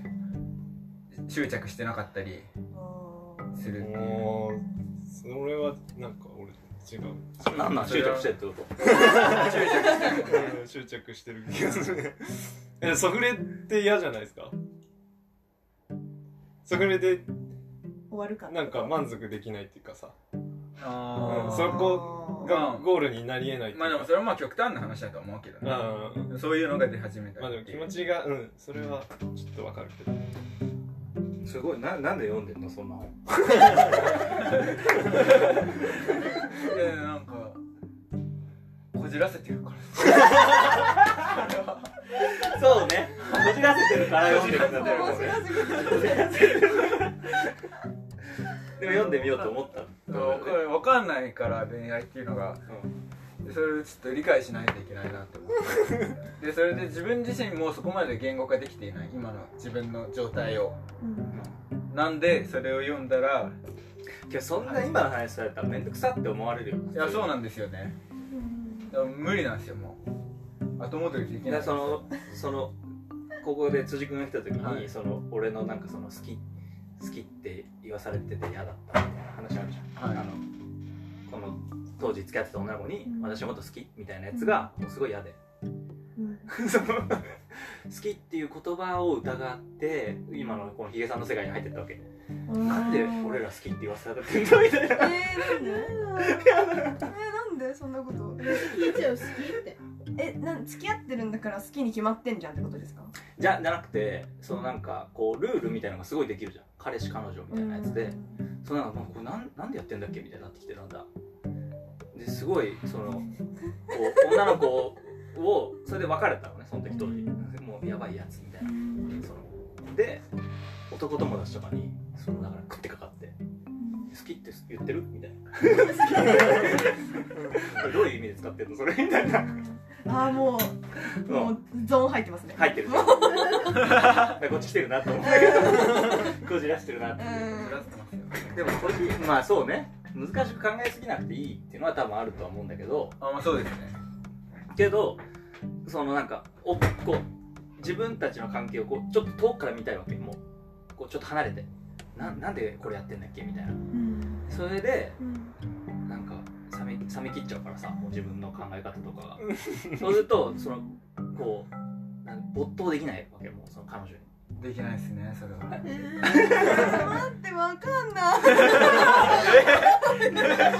[SPEAKER 1] 執着してなかったりするっていう
[SPEAKER 2] もうそれはなんか俺 違う
[SPEAKER 6] なんなん執着してってこと
[SPEAKER 2] うん執着してる気がするねえソフレって嫌じゃないですかソフレで
[SPEAKER 4] 終わるか
[SPEAKER 2] な
[SPEAKER 4] な
[SPEAKER 2] んか満足できないっていうかさ
[SPEAKER 1] あ
[SPEAKER 2] う
[SPEAKER 1] ー
[SPEAKER 2] んそ
[SPEAKER 4] こ
[SPEAKER 2] がゴールになりえないっていう
[SPEAKER 1] まあでも
[SPEAKER 2] か
[SPEAKER 1] それはまあ極端な話だと思うけどね
[SPEAKER 2] うん
[SPEAKER 1] そういうのが出始めた
[SPEAKER 2] まあで
[SPEAKER 1] りっ
[SPEAKER 2] も
[SPEAKER 1] て
[SPEAKER 2] 気
[SPEAKER 1] いう
[SPEAKER 2] 持ちがうんそれはちょっとわかるけど
[SPEAKER 6] すごいななんで読んでんのそんなの
[SPEAKER 1] いやなんかこじらせてるから
[SPEAKER 6] そうねこじらせてるから読んでるんだ
[SPEAKER 4] 面白すぎる
[SPEAKER 6] でも読んでみようと思った
[SPEAKER 1] わかわかんないから恋愛っていうのが、でそれをちょっと理解しないといけないなと思ってでそれで自分自身もそこまで言語化できていない今の自分の状態をなんでそれを読んだら
[SPEAKER 6] 今日そんな今の話されたら面倒くさって思われるよ
[SPEAKER 1] いやそうなんですよねでも無理なんですよもう後戻りでき
[SPEAKER 6] い
[SPEAKER 1] な
[SPEAKER 6] や
[SPEAKER 1] い
[SPEAKER 6] そのそのここで辻君が来た時に、
[SPEAKER 1] はい
[SPEAKER 6] その俺のなんかその好き好きって言わされてて嫌だったみたいな話あるじゃん、
[SPEAKER 1] はい
[SPEAKER 6] あのこの当時付き合ってた女の子に、
[SPEAKER 4] うん
[SPEAKER 6] 私のこと好きみたいなやつがもうすごい嫌で その好きっていう言葉を疑って今のこのヒゲさんの世界に入ってったわけなんで俺ら好きって言わされてんのみたいな
[SPEAKER 4] えー、なんでえー、なんでそんなこと
[SPEAKER 3] 聞いちゃう好きって
[SPEAKER 4] えなん付き合ってるんだから好きに決まってんじゃんってことですか
[SPEAKER 6] じゃじゃなくてそのなんかこうルールみたいなのがすごいできるじゃん彼氏彼女みたいなやつで、そんなのなんかこれなんなんでやってんだっけみたいになってきてなんだですごいそのこう女の子をそれで別れたのねその時当時もうやばいやつみたいなそので男友達とかにそのだから食ってかかって「好きって言ってる?」みたいな 「これどういう意味で使ってんのそれ」みたいな
[SPEAKER 4] ああもうもうゾーン入ってますね
[SPEAKER 6] 入っ てるこっち来てるなと思ったけどこじらしてるなって
[SPEAKER 4] う
[SPEAKER 1] こじら
[SPEAKER 4] ん
[SPEAKER 1] せてますよ
[SPEAKER 6] でもこじまあそうね難しく考えすぎなくていいっていうのは多分あるとは思うんだけど
[SPEAKER 1] あまあそうですね
[SPEAKER 6] けどそのなんかおこう自分たちの関係をこうちょっと遠くから見たいわけもうこうちょっと離れてななんでこれやってんだっけみたいな
[SPEAKER 4] うん
[SPEAKER 6] それで
[SPEAKER 4] うん
[SPEAKER 6] なんか冷め冷め切っちゃうからさもう自分の考え方とかがそうするとそのこうなん没頭できないわけもうその彼女に
[SPEAKER 1] できないですねそれは
[SPEAKER 4] えー、待ってわかんな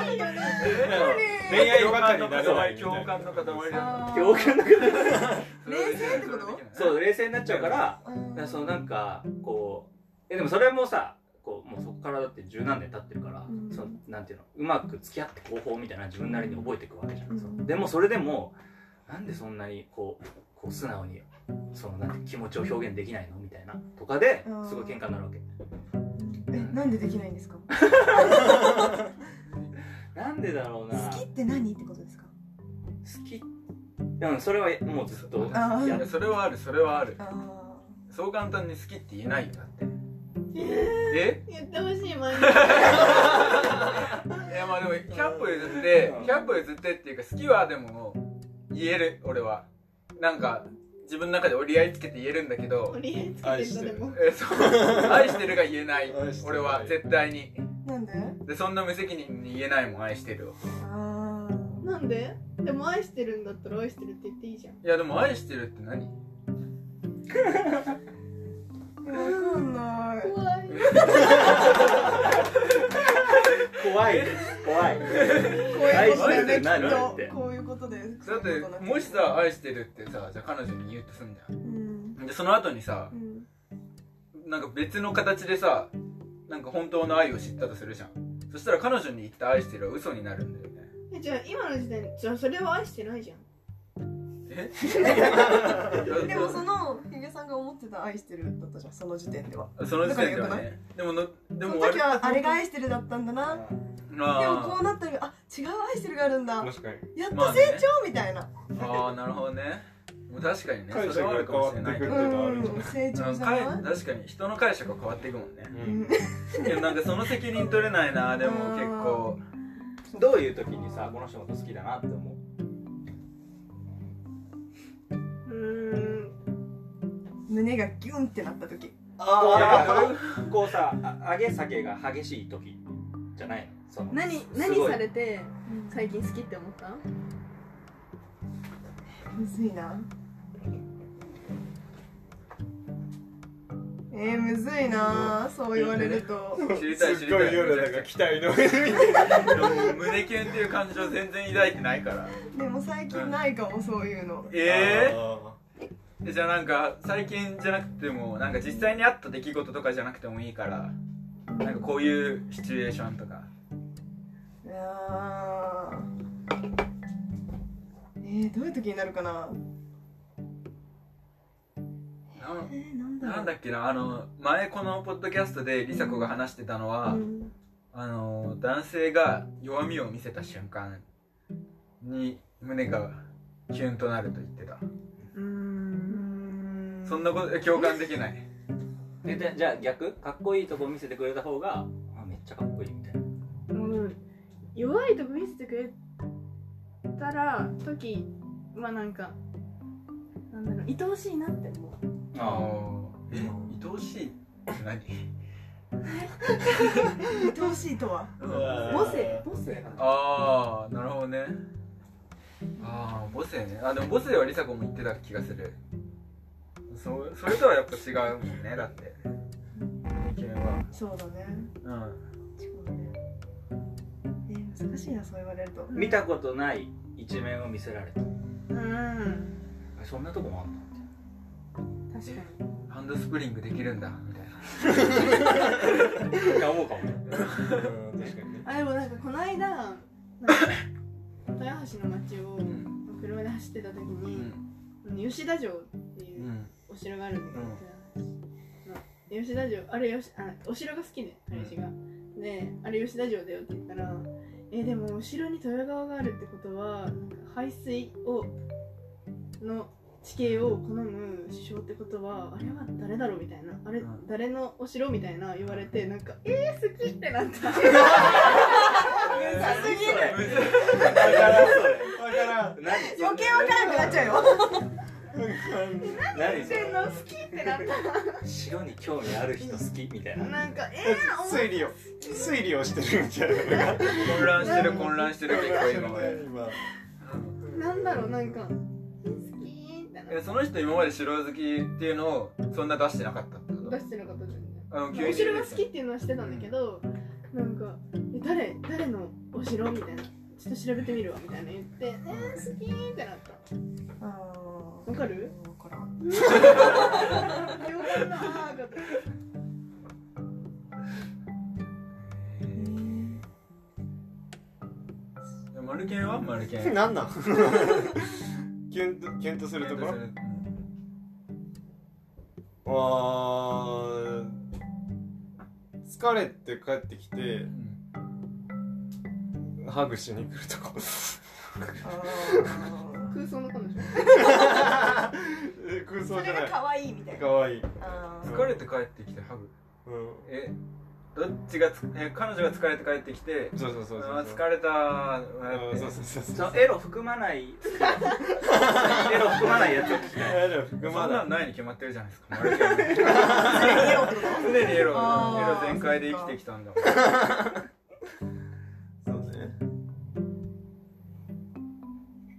[SPEAKER 4] い
[SPEAKER 2] 恋愛ばかりにならないみたいな
[SPEAKER 1] 共感の塊共感の塊だ
[SPEAKER 4] あー
[SPEAKER 6] 共感だから
[SPEAKER 4] 冷静ってこと
[SPEAKER 1] そ
[SPEAKER 6] そうう冷静になっちゃうから
[SPEAKER 4] うん
[SPEAKER 6] だからそのなんかこうえでもそれもさこうもうそこからだって十何年経ってるから、
[SPEAKER 4] うん
[SPEAKER 6] そのなんていうのうまく付き合って方法みたいなの自分なりに覚えていくわけじゃん、
[SPEAKER 4] うん
[SPEAKER 6] そのでもそれでもなんでそんなにこうこう素直にそのなんて気持ちを表現できないのみたいなとかで
[SPEAKER 4] うん
[SPEAKER 6] すごい喧嘩になるわけ、
[SPEAKER 4] えなんでできないんですか
[SPEAKER 6] なんでだろうな
[SPEAKER 4] 好きって何ってことですか
[SPEAKER 6] 好きでもそれはもうずっと
[SPEAKER 4] あー
[SPEAKER 6] や
[SPEAKER 1] いやそれはあるそれはある
[SPEAKER 4] あ
[SPEAKER 1] そう簡単に好きって言えないよだってえ
[SPEAKER 3] 言ってほしい前に
[SPEAKER 1] いやまあでも100歩譲って
[SPEAKER 6] うん
[SPEAKER 1] 100歩譲ってっていうか好きはでも言える俺はなんか自分の中で折り合いつけて言えるんだけど
[SPEAKER 3] 折り合いつけてんだでも
[SPEAKER 1] えそう愛してるが言えない
[SPEAKER 2] 愛して
[SPEAKER 1] 俺
[SPEAKER 2] る
[SPEAKER 1] は絶対に
[SPEAKER 4] ーなんで
[SPEAKER 1] でそんな無責任に言えないもん愛してるを
[SPEAKER 4] あー
[SPEAKER 3] なんででも愛してるんだったら愛してるって言っていいじゃん
[SPEAKER 1] いやでも愛してるって何
[SPEAKER 4] わかんない
[SPEAKER 3] 怖い
[SPEAKER 6] 怖い 怖
[SPEAKER 4] こ
[SPEAKER 6] い
[SPEAKER 4] ういうことだよね
[SPEAKER 6] 愛してるって
[SPEAKER 4] き
[SPEAKER 6] 何
[SPEAKER 4] っとこういうことで
[SPEAKER 1] だってもしさ愛してるってさじゃあ彼女に言うとすんじゃ
[SPEAKER 4] うん
[SPEAKER 1] んでその後にさ
[SPEAKER 4] うん
[SPEAKER 1] なんか別の形でさなんか本当の愛を知ったとするじゃんそしたら彼女に言った愛してるは嘘になるんだよね
[SPEAKER 3] えじゃあ今の時点じゃあそれは愛してないじゃん
[SPEAKER 1] え
[SPEAKER 4] でもそのヒゲさんが思ってた愛してるだったじゃんその時点では
[SPEAKER 1] その時点ではねでもので
[SPEAKER 4] そ
[SPEAKER 1] も
[SPEAKER 4] の時はあれが愛してるだったんだなでもこ
[SPEAKER 1] あ
[SPEAKER 4] うなったらあ違う愛してるがあるんだ
[SPEAKER 2] 確かに
[SPEAKER 4] やっ
[SPEAKER 1] ま
[SPEAKER 4] と
[SPEAKER 1] あね
[SPEAKER 4] 成長みたいな
[SPEAKER 1] ーあーなるほどねもう確かにね
[SPEAKER 2] 解
[SPEAKER 1] それ
[SPEAKER 2] 釈
[SPEAKER 1] はあ
[SPEAKER 2] が
[SPEAKER 1] る
[SPEAKER 2] 変
[SPEAKER 1] か
[SPEAKER 2] わ
[SPEAKER 1] もし
[SPEAKER 2] っ
[SPEAKER 1] てれない
[SPEAKER 2] く
[SPEAKER 1] け
[SPEAKER 2] る
[SPEAKER 1] ど
[SPEAKER 2] っていうのはあるじゃ
[SPEAKER 4] うん成
[SPEAKER 1] う
[SPEAKER 4] 長
[SPEAKER 1] ん
[SPEAKER 4] じゃない
[SPEAKER 1] かえ確かに人の解釈が変わっていくもんね
[SPEAKER 2] ん、う
[SPEAKER 4] うんん
[SPEAKER 1] いやなんかその責任取れないなでも
[SPEAKER 4] うん
[SPEAKER 1] 結構
[SPEAKER 6] どういう時にさこの人のこと好きだなって思う
[SPEAKER 3] うーん
[SPEAKER 4] 胸がギュンってなった時
[SPEAKER 6] ああこうさあ上げ下げが激しい時じゃないのその
[SPEAKER 3] 何
[SPEAKER 6] すごい
[SPEAKER 3] れて最近好きって思った
[SPEAKER 4] むずいなえー、むずいなそう言われると
[SPEAKER 1] 知りたい
[SPEAKER 2] す
[SPEAKER 1] 知
[SPEAKER 2] っ
[SPEAKER 1] りた
[SPEAKER 2] ご
[SPEAKER 1] い
[SPEAKER 2] い夜なんか期待の上に見て
[SPEAKER 1] でも 胸キュンっていう感情全然抱いてないから
[SPEAKER 4] でも最近ないかもそういうの
[SPEAKER 1] ええ
[SPEAKER 2] あ
[SPEAKER 1] じゃあなんか最近じゃなくてもなんか実際にあった出来事とかじゃなくてもいいからなんかこういうシチュエーションとか
[SPEAKER 4] いやーえー、どういう時になるかな
[SPEAKER 1] なん
[SPEAKER 4] えー、なんだろう
[SPEAKER 1] なんだっけなあの前このポッドキャストでりさこが話してたのは、
[SPEAKER 4] うん
[SPEAKER 1] あの男性が弱みを見せた瞬間に胸がキュンとなると言ってた
[SPEAKER 4] うーん
[SPEAKER 1] そんなこと共感できない
[SPEAKER 6] えでじゃあ逆かっこいいとこ見せてくれた方があめっちゃかっこいいみたいな
[SPEAKER 3] うん弱いとこ見せてくれたら時はなんかなんだろう愛おしいなって思う
[SPEAKER 1] え愛おしいって何
[SPEAKER 4] 愛おしいとは
[SPEAKER 2] あ
[SPEAKER 3] 母性母性
[SPEAKER 1] ああなるほどねああ母性ねあでも母性はりさこも言ってた気がするそそれとはやっぱ違うもんねだって意見は
[SPEAKER 4] そうだね
[SPEAKER 1] うん
[SPEAKER 4] そうだねえー、難しいなそう言われると
[SPEAKER 6] 見たことない一面を見せられた
[SPEAKER 4] うん
[SPEAKER 6] えそんなとこもあんのみたいな
[SPEAKER 3] 確か
[SPEAKER 1] ハンドスプリングできるんだみたいない
[SPEAKER 6] や思うかもね
[SPEAKER 2] ーうん確かにね
[SPEAKER 3] にあでもなんかこの間なんか豊橋の街を
[SPEAKER 1] うん
[SPEAKER 3] 車で走ってた時
[SPEAKER 1] う
[SPEAKER 3] に、
[SPEAKER 1] ん
[SPEAKER 3] 吉田城っていううんお城があるんだけど、の吉田城あれよしあお城が好きね彼氏が、であれ吉田城だよって言ったらえでも後ろに豊川があるってことはなんか排水をの地形を好む首相ってことはあれは誰だろうみたいなあれ、
[SPEAKER 1] うん
[SPEAKER 3] 誰のお城みたいな言われてなんかえー、好きってなった
[SPEAKER 4] すぎる
[SPEAKER 1] むずい
[SPEAKER 2] わからんそれわからん
[SPEAKER 6] 何
[SPEAKER 4] 余計わからなくなっちゃうよ
[SPEAKER 6] 何そ
[SPEAKER 3] 天
[SPEAKER 6] れ
[SPEAKER 3] 皇好きってなった
[SPEAKER 6] 白に興味ある人好きみたいな
[SPEAKER 3] なんかえー、おも
[SPEAKER 2] 推理を推理をしてるみたいな
[SPEAKER 1] 混乱してる混乱してる結構今まで
[SPEAKER 2] 今
[SPEAKER 3] なんだろうなんかえー好きみたいな
[SPEAKER 1] えその人今まで城好きっていうのをそんな出してなかったってこと
[SPEAKER 3] 出してなかったんだよね
[SPEAKER 1] あの
[SPEAKER 3] お城が好きっていうのはしてたんだけど、なんかえ誰誰のお城みたいなちょっと調べてみるわみたいな言ってえー、好きーってなった
[SPEAKER 4] あー
[SPEAKER 3] わかる
[SPEAKER 4] わからん
[SPEAKER 3] よかったーかと
[SPEAKER 1] マルケンはマルケン
[SPEAKER 2] なんなんキュンとキュンとするところあー疲れて帰ってきて
[SPEAKER 1] うん
[SPEAKER 2] ハグしに来ると こ
[SPEAKER 4] あ
[SPEAKER 3] 空想の彼女
[SPEAKER 2] え空
[SPEAKER 4] ーそ
[SPEAKER 2] 想じゃ
[SPEAKER 4] れ
[SPEAKER 2] な
[SPEAKER 4] が
[SPEAKER 2] い
[SPEAKER 4] 可愛いみたいな
[SPEAKER 2] かわいい、
[SPEAKER 4] あー
[SPEAKER 1] 疲れて帰ってきてハグ
[SPEAKER 2] う
[SPEAKER 1] えどっちがつえ彼女が疲れて帰ってきて
[SPEAKER 2] ん、そうそうそうそう
[SPEAKER 1] あー疲れたー
[SPEAKER 2] う
[SPEAKER 1] わーっ
[SPEAKER 2] ん
[SPEAKER 1] て
[SPEAKER 2] そうそうそうそう
[SPEAKER 6] そのエロ含まないエロ含まないやつを聞きたい
[SPEAKER 2] 大丈夫
[SPEAKER 1] そん
[SPEAKER 2] ま
[SPEAKER 1] な
[SPEAKER 2] だ
[SPEAKER 1] のないに決まってるじゃないですかマルケン
[SPEAKER 4] エロってこと
[SPEAKER 1] 常にエロエロ
[SPEAKER 4] あー
[SPEAKER 1] 全開で生きてきたんだもん
[SPEAKER 2] そうね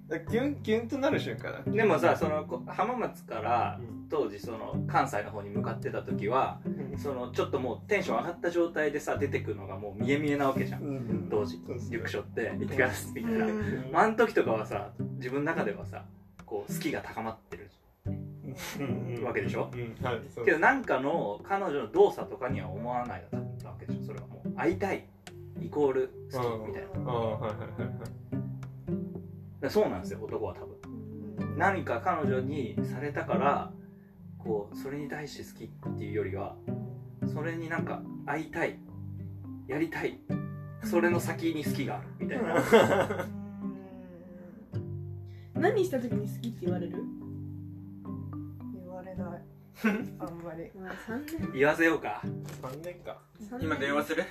[SPEAKER 2] だキュンキュンとなる瞬間だ
[SPEAKER 6] でもさそのこ浜松から
[SPEAKER 2] うん
[SPEAKER 6] 当時その関西の方に向かってた時はそのちょっともうテンション上がった状態でさ出てくるのがもう見え見えなわけじゃん
[SPEAKER 2] ん
[SPEAKER 6] 当時
[SPEAKER 2] そうですね
[SPEAKER 6] リュックショって行ってきますみたいな、
[SPEAKER 4] うん
[SPEAKER 6] まあ、あの時とかはさ自分の中ではさこう好きが高まってる
[SPEAKER 2] うん
[SPEAKER 6] わけでしょ
[SPEAKER 2] うんはいそう
[SPEAKER 6] けどなんかの彼女の動作とかには思わないだったわけでしょそれはもう会いたいイコール好きみたいなだか
[SPEAKER 2] ああはいはいはいはい
[SPEAKER 6] らそうなんですよ男は多分何か彼女にされたからこうそれに対して好きっていうよりはそれになんか会いたいやりたいそれの先に好きがあるみたい な
[SPEAKER 4] うん
[SPEAKER 3] 何した時に好きって言われる
[SPEAKER 4] 言われないあんまり
[SPEAKER 3] まあ3年
[SPEAKER 6] 言わせようか、
[SPEAKER 2] 三年か
[SPEAKER 3] 三年
[SPEAKER 1] 今電話する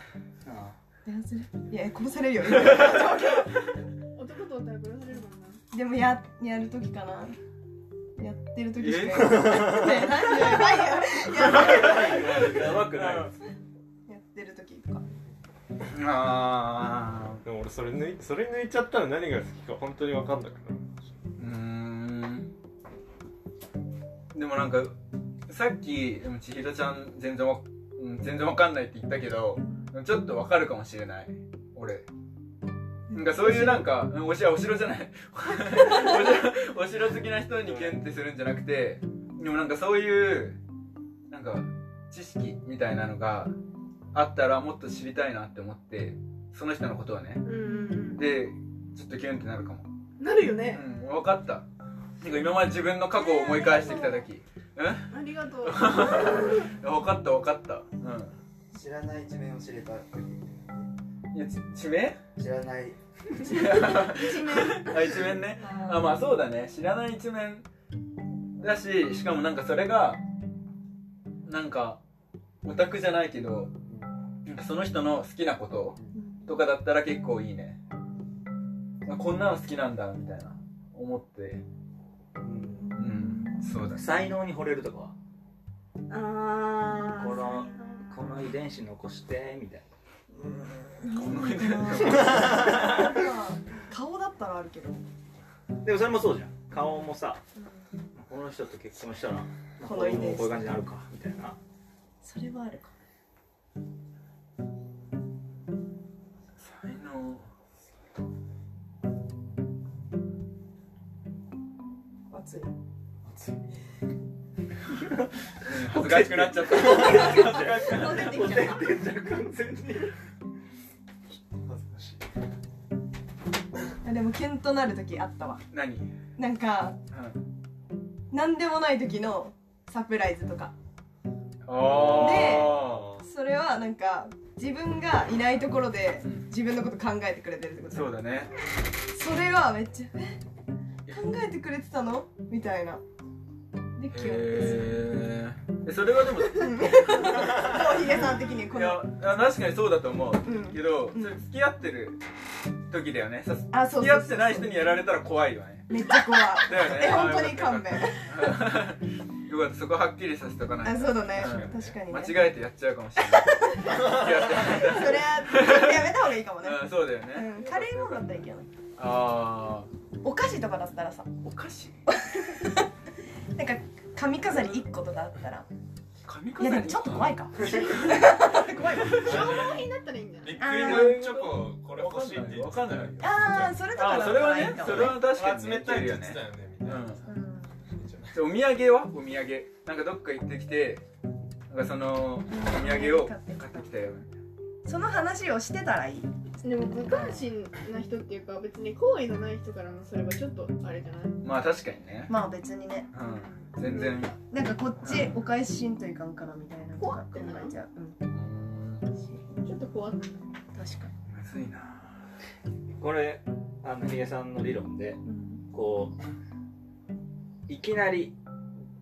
[SPEAKER 4] いや殺されるよ今
[SPEAKER 3] 男とおったら殺されるもんな
[SPEAKER 4] でもややる時かなやってる時しか
[SPEAKER 1] え
[SPEAKER 4] やらないね何やばいよやばいよ
[SPEAKER 6] やばくない
[SPEAKER 4] やってる時とか
[SPEAKER 1] あ
[SPEAKER 2] でも俺それ抜いそれ抜いちゃったら何が好きか本当に分かんなくなる
[SPEAKER 1] ーうーんでもなんかさっきでも千尋ちゃん全然わうん全然わかんないって言ったけどちょっとわかるかもしれない俺なんかそういうなんかうんおしお城じゃない お城お城好きな人に限定するんじゃなくてでもなんかそういうなんか知識みたいなのがあったらもっと知りたいなって思ってその人のことはね
[SPEAKER 3] うんうん
[SPEAKER 1] でちょっとキュンってなるかも
[SPEAKER 3] うんなるよね
[SPEAKER 1] うん分かったなんか今まで自分の過去を思い返してきた時
[SPEAKER 3] ありがと う
[SPEAKER 1] 分かった分かったう
[SPEAKER 5] 知らない一面を知れた
[SPEAKER 1] んいやち地名
[SPEAKER 5] 知らない
[SPEAKER 3] 一面
[SPEAKER 1] あ一面ねあまあそうだね知らない一面だししかもなんかそれがなんかオタクじゃないけどなんかその人の好きなこととかだったら結構いいねあこんなの好きなんだみたいな思って
[SPEAKER 5] うん
[SPEAKER 1] うんそうだね
[SPEAKER 6] 才能に惚れるとかは
[SPEAKER 3] ああ
[SPEAKER 6] このこの遺伝子残してみたい
[SPEAKER 4] 顔だったらあるけど
[SPEAKER 6] なでもそれもそうじゃん顔もさこの人と結婚したら
[SPEAKER 4] こ
[SPEAKER 6] こ
[SPEAKER 4] の
[SPEAKER 6] の
[SPEAKER 4] 遺
[SPEAKER 6] 遺
[SPEAKER 4] 伝
[SPEAKER 6] 伝
[SPEAKER 4] 子
[SPEAKER 6] 子こういう感じになるかみたいな
[SPEAKER 4] それはあるか
[SPEAKER 1] 才能
[SPEAKER 4] 熱い
[SPEAKER 1] 恥ずかしくなっちゃった
[SPEAKER 6] おてんてんじゃん完全に
[SPEAKER 5] 恥ずかしい
[SPEAKER 4] あでもキュンとなる時あったわ
[SPEAKER 1] 何、うん、
[SPEAKER 4] なんか何でもない時のサプライズとか
[SPEAKER 1] あ
[SPEAKER 4] それはなんか自分がいないところで
[SPEAKER 1] うん
[SPEAKER 4] 自分のこと考えてくれてるってこと
[SPEAKER 1] そうだね
[SPEAKER 4] それはめっちゃえ考えてくれてたのみたいなでキュンでする
[SPEAKER 1] へえそれはでも
[SPEAKER 4] もうヒゲさん的にこ
[SPEAKER 1] い
[SPEAKER 4] の
[SPEAKER 1] やあ確かにそうだと思う
[SPEAKER 4] うん
[SPEAKER 1] けど、
[SPEAKER 4] うん
[SPEAKER 1] それ付き合ってる時だよねさ付
[SPEAKER 4] あそう
[SPEAKER 1] き
[SPEAKER 4] そう
[SPEAKER 1] 合
[SPEAKER 4] そう
[SPEAKER 1] ってない人にやられたら怖いよね
[SPEAKER 4] めっちゃ 怖い
[SPEAKER 1] だよね
[SPEAKER 4] え本当に勘弁
[SPEAKER 1] よかったそこはっきりさせとかない
[SPEAKER 4] あそうだね
[SPEAKER 1] うん
[SPEAKER 4] 確かにね
[SPEAKER 1] 間違えてやっちゃうかもしれ ない付き合ってない
[SPEAKER 4] それはやめた方がいいかもね
[SPEAKER 1] うんそうだよね、
[SPEAKER 4] うんカレーもだったらいいけどね
[SPEAKER 1] ああ
[SPEAKER 4] お菓子とかだったらさ
[SPEAKER 1] お菓子
[SPEAKER 4] なんか髪飾り1個とかだったら
[SPEAKER 1] 髪飾
[SPEAKER 4] い
[SPEAKER 1] り
[SPEAKER 4] やでもちょっと怖
[SPEAKER 1] い
[SPEAKER 4] いか
[SPEAKER 1] 怖いわ
[SPEAKER 3] 消耗品だったらいいんじゃな
[SPEAKER 2] ビ
[SPEAKER 3] い
[SPEAKER 2] ックリマンチョコこれ欲しいって言
[SPEAKER 1] わ
[SPEAKER 2] ってた
[SPEAKER 1] かん
[SPEAKER 2] よ
[SPEAKER 1] ないわかんない
[SPEAKER 4] ああそれとか
[SPEAKER 1] あ
[SPEAKER 4] だ
[SPEAKER 1] ー
[SPEAKER 4] った
[SPEAKER 1] それは
[SPEAKER 4] らいい
[SPEAKER 1] ね
[SPEAKER 4] か
[SPEAKER 1] そ
[SPEAKER 4] も
[SPEAKER 1] れ
[SPEAKER 4] ね
[SPEAKER 1] は確かに
[SPEAKER 2] 冷
[SPEAKER 1] ね
[SPEAKER 2] たいって
[SPEAKER 1] る
[SPEAKER 2] 言
[SPEAKER 1] よ
[SPEAKER 2] って
[SPEAKER 1] ね
[SPEAKER 2] たよねみたいな
[SPEAKER 1] うん
[SPEAKER 4] うん
[SPEAKER 1] でお土産はお土産なんかどっか行ってきてなんかそのお土産を買ってきたよ
[SPEAKER 4] その話をしてたらいい
[SPEAKER 3] でも無関心な人っていうか別に好意のない人からのそれはちょっとあれじゃない
[SPEAKER 1] まあ確かにね
[SPEAKER 4] まあ別にね
[SPEAKER 1] うん全然
[SPEAKER 4] なんかこっちお返ししんといかんからみたいなとか考えちゃう、うん、
[SPEAKER 3] ちょっと怖く
[SPEAKER 4] 確か
[SPEAKER 1] むずいな
[SPEAKER 6] これあのヒゲさんの理論で
[SPEAKER 4] に、うん
[SPEAKER 6] こういきなり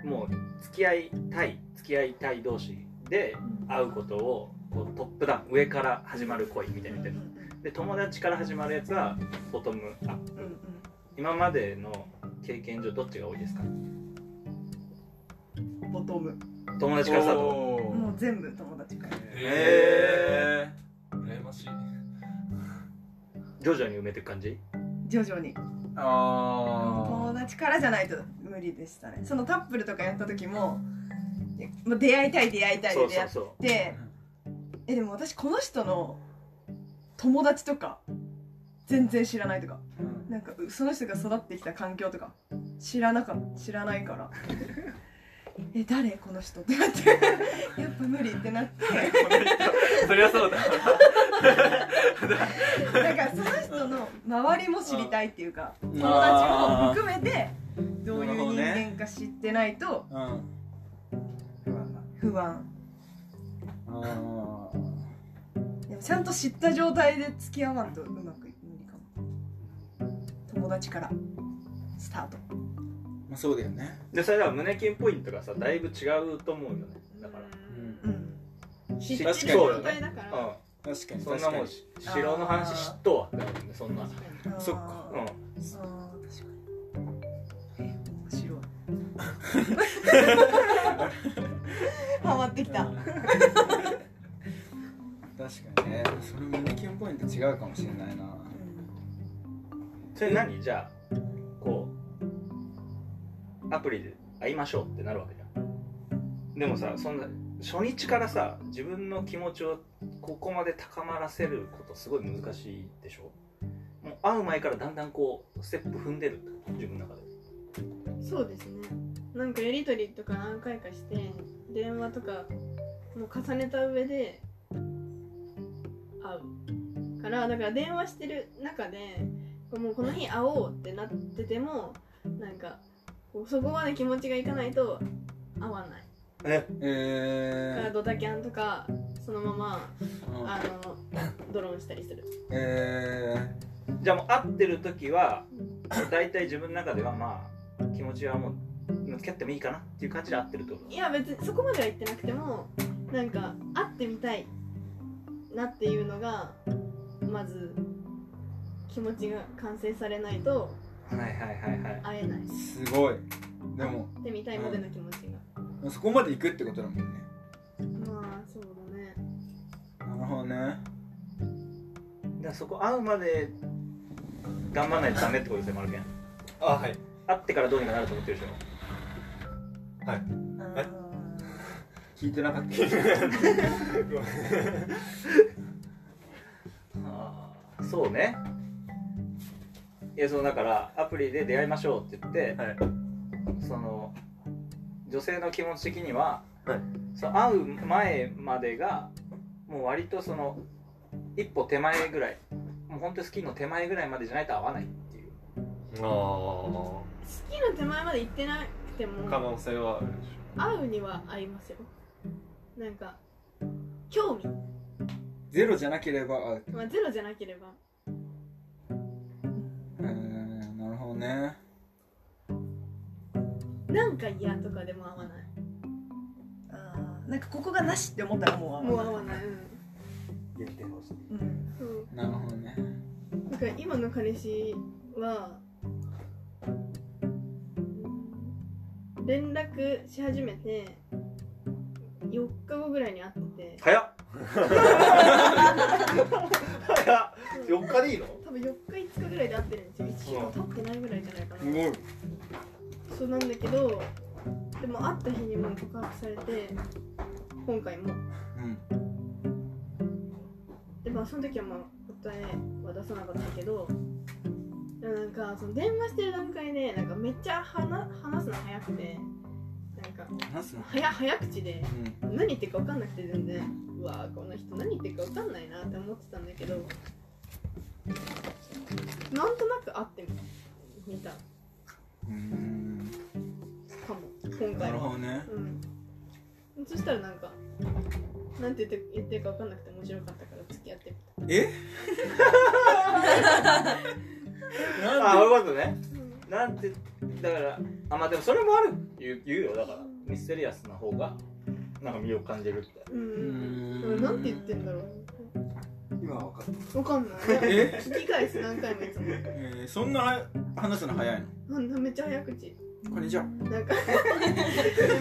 [SPEAKER 6] もう付き合いたい付き合いたい同士で会うことをこうトップダウン上から始まる恋みたいなのやってるで友達から始まるやつはボトムアップ
[SPEAKER 4] うん
[SPEAKER 6] 今までの経験上どっちが多いですか
[SPEAKER 4] うん、ボトム
[SPEAKER 6] 友達からスタート
[SPEAKER 4] もう全部友達から
[SPEAKER 2] え
[SPEAKER 1] え
[SPEAKER 2] ー、羨ましい
[SPEAKER 6] 徐々に埋めていく感じ
[SPEAKER 4] 徐々に
[SPEAKER 1] ー、あ
[SPEAKER 4] 友達からじゃないと無理でしたねそのタップルとかやった時ももう出会いたい出会いたい
[SPEAKER 6] そ
[SPEAKER 4] で
[SPEAKER 6] う
[SPEAKER 4] 出
[SPEAKER 6] そ
[SPEAKER 4] 会
[SPEAKER 6] う
[SPEAKER 4] っ
[SPEAKER 6] そ
[SPEAKER 4] てえでも私この人の友達とか全然知らないとか
[SPEAKER 1] ーうん
[SPEAKER 4] なんかうその人が育ってきた環境とか知らなか知らないからえ誰この人ってなってやっぱ無理ってなって
[SPEAKER 1] そりゃそうだ
[SPEAKER 4] なんかその人の周りも知りたいっていうか友達も含めてどういう人間か知ってないと
[SPEAKER 1] うんあ
[SPEAKER 5] 不安な
[SPEAKER 4] 不安
[SPEAKER 1] あ
[SPEAKER 4] でもちゃんと知った状態で付き合わんとうまくい無理かも友達からスタート
[SPEAKER 1] まあそうだよね
[SPEAKER 6] うでそれでは胸キュンポイントがさだいぶ違うと思うよねだから
[SPEAKER 1] うん
[SPEAKER 4] うん
[SPEAKER 3] 知ってる
[SPEAKER 6] 確かに
[SPEAKER 3] 状態だから
[SPEAKER 1] 確か
[SPEAKER 6] うん
[SPEAKER 1] に
[SPEAKER 6] そん
[SPEAKER 1] 確
[SPEAKER 6] な
[SPEAKER 1] か
[SPEAKER 6] もん
[SPEAKER 1] に
[SPEAKER 6] し城の話知っとうわってなるんでそんなうん
[SPEAKER 3] 確かに
[SPEAKER 1] そっ
[SPEAKER 4] あ
[SPEAKER 1] か
[SPEAKER 4] ーあー確かにえ面白い ハマってきた
[SPEAKER 1] 確かにねその胸キュンンポイント違うかもしれないな
[SPEAKER 6] それ何じゃあこうアプリで会いましょうってなるわけじゃんでもさそんな初日からさ自分の気持ちをここまで高まらせることすごい難しいでしょもう会う前からだんだんこうステップ踏んでるってこと自分の中で
[SPEAKER 3] そうですねなんかやり取りとか何回かして電話とかも重ねた上で会うからだから電話してる中でもうこの日会おうってなっててもなんかこうそこまで気持ちがいかないと会わないだから
[SPEAKER 1] えー
[SPEAKER 3] ドタキャンとかそのまま
[SPEAKER 1] うん
[SPEAKER 3] あのドローンしたりする
[SPEAKER 1] え
[SPEAKER 6] じゃあもう会ってる時は大体自分の中ではまあ気持ちはもう付き合ってもいいかなっていう感じで会ってるってこと
[SPEAKER 3] いや別にそこまでは言ってなくてもなんか会ってみたいなっていうのがまず気持ちが完成されないと
[SPEAKER 6] はいはいはいはい
[SPEAKER 3] 会えない
[SPEAKER 1] ーすごいでも
[SPEAKER 3] 会ってみたいまでの気持ちが、
[SPEAKER 1] そこまで行くってことだもんね
[SPEAKER 3] まあそうだね
[SPEAKER 1] なるほどね
[SPEAKER 6] だからそこ会うまで頑張らないとダメってことですよマルケン
[SPEAKER 2] あはい
[SPEAKER 6] 会ってからどうにかなると思ってるでし
[SPEAKER 1] 聞いてなかった
[SPEAKER 6] ょああそうねいやそうだからアプリで出会いましょうって言って、
[SPEAKER 7] はい
[SPEAKER 6] その女性の気持ち的には、
[SPEAKER 7] はい
[SPEAKER 6] その会う前までがもう割とその一歩手前ぐらいもう本当にスキーの手前ぐらいまでじゃないと会わないっていう
[SPEAKER 2] あ
[SPEAKER 3] 好きの手前まで行ってなくて
[SPEAKER 2] あ
[SPEAKER 3] も
[SPEAKER 2] 可能性はあるでし
[SPEAKER 3] 会うには会いますよなんか興味、
[SPEAKER 1] ゼロじゃなければあ
[SPEAKER 3] まあ、ゼロじゃなければ
[SPEAKER 1] うーんなるほどね
[SPEAKER 3] なんか嫌とかでも会わない
[SPEAKER 4] なんかここがなしって思ったらもう
[SPEAKER 3] もう会わない、うん
[SPEAKER 8] 言ってほしい。
[SPEAKER 4] うん
[SPEAKER 3] そう
[SPEAKER 1] なるほどね
[SPEAKER 3] なんか今の彼氏は連絡し始めて4日後ぐらいに会って
[SPEAKER 2] ょ
[SPEAKER 3] て
[SPEAKER 2] 早っ早っ4日でいいの
[SPEAKER 3] 多分4日5日ぐらいで会ってるんですよ1週間経ってないぐらいじゃないかな、
[SPEAKER 1] ごい
[SPEAKER 3] そうなんだけどでも会った日にもう告白されて今回も
[SPEAKER 1] うん
[SPEAKER 3] でまあその時はまあ答えは出さなかったけどでもなんかその電話してる段階でなんかめっちゃ話話すの早くてなんか
[SPEAKER 1] 話すの
[SPEAKER 3] 早早口で
[SPEAKER 1] うん
[SPEAKER 3] 何言ってるか分かんなくて全然うわーこの人何言ってるか分かんないなって思ってたんだけどなんとなく会ってみた
[SPEAKER 1] うーん
[SPEAKER 3] かも今
[SPEAKER 1] な
[SPEAKER 3] 回
[SPEAKER 1] る
[SPEAKER 3] は
[SPEAKER 1] ほどね
[SPEAKER 3] うんそしたらなんかなんて言って言ってるか分かんなくて面白かったから付き合ってみ
[SPEAKER 6] ああそういうことねなんてだからあまあでもそれもある言う言うよだからミステリアスな方がなんか魅力感じるって
[SPEAKER 3] たうん、
[SPEAKER 1] うー
[SPEAKER 3] でもなんて言ってんだろう
[SPEAKER 8] 今は分かった。
[SPEAKER 3] 分かんない
[SPEAKER 1] え
[SPEAKER 3] 聞き返す何回もいつも
[SPEAKER 1] えーそんな話すの早いの
[SPEAKER 3] あんなめっちゃ早口
[SPEAKER 1] こんにちは
[SPEAKER 3] なんか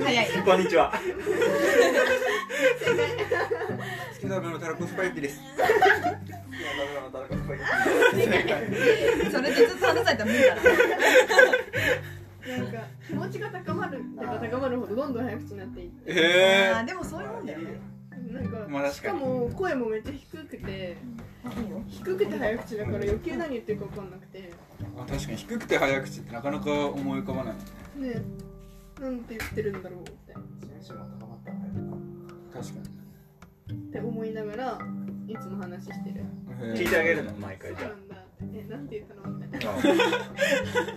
[SPEAKER 4] 早い
[SPEAKER 6] こんにちは
[SPEAKER 1] 好きな食べのたらこスパゲッティです
[SPEAKER 8] 今ダメなの田中さん
[SPEAKER 4] それでずっと話されたら無理だな
[SPEAKER 3] なんか気持ちが高まるってか高まるほどどんどん早口になっていって
[SPEAKER 1] え
[SPEAKER 4] あーでもそういうもんだよね
[SPEAKER 3] なんか,、
[SPEAKER 1] まあ確
[SPEAKER 3] し
[SPEAKER 1] か
[SPEAKER 3] か
[SPEAKER 1] に
[SPEAKER 3] も声もめっちゃ低くて低くて早口だから余計何言ってるか分かんなくてね
[SPEAKER 1] ーあ確かに低くて早口ってなかなか思い浮かばない
[SPEAKER 3] なんて言ってるんだろうって
[SPEAKER 8] 先週も高まったんだよな。
[SPEAKER 1] 確かに
[SPEAKER 3] って思いながらいつも話してる
[SPEAKER 1] えー
[SPEAKER 6] 聞いてあげるの毎
[SPEAKER 3] そう
[SPEAKER 6] 回じゃ
[SPEAKER 3] なんだえなんて言ったのみたいな
[SPEAKER 6] あ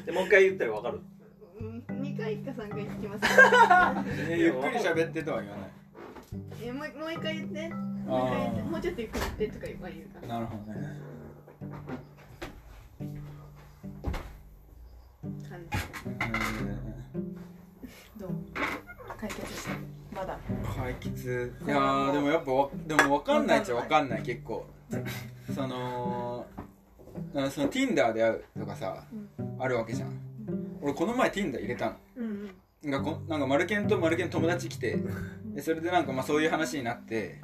[SPEAKER 6] でもう一回言ったらわかる
[SPEAKER 3] うん2回か3回聞きます
[SPEAKER 1] えーゆっくり喋ってとは言わない
[SPEAKER 3] えもうもう一回言ってもう一回言って
[SPEAKER 1] あ
[SPEAKER 3] もうちょっとゆっくり言ってとか言えば言うか
[SPEAKER 1] あなるほどね
[SPEAKER 3] ら感じ
[SPEAKER 1] え
[SPEAKER 4] どう解決したまだ
[SPEAKER 1] ー解決いやーでもやっぱわでも分かんないっちゃ分かんない結構そのあその Tinder で会うとかさ、あるわけじゃん俺この前 Tinder 入れたの
[SPEAKER 3] うんうん
[SPEAKER 1] なんかこなんかマルケンとマルケン友達来てでそれでなんかまあそういう話になって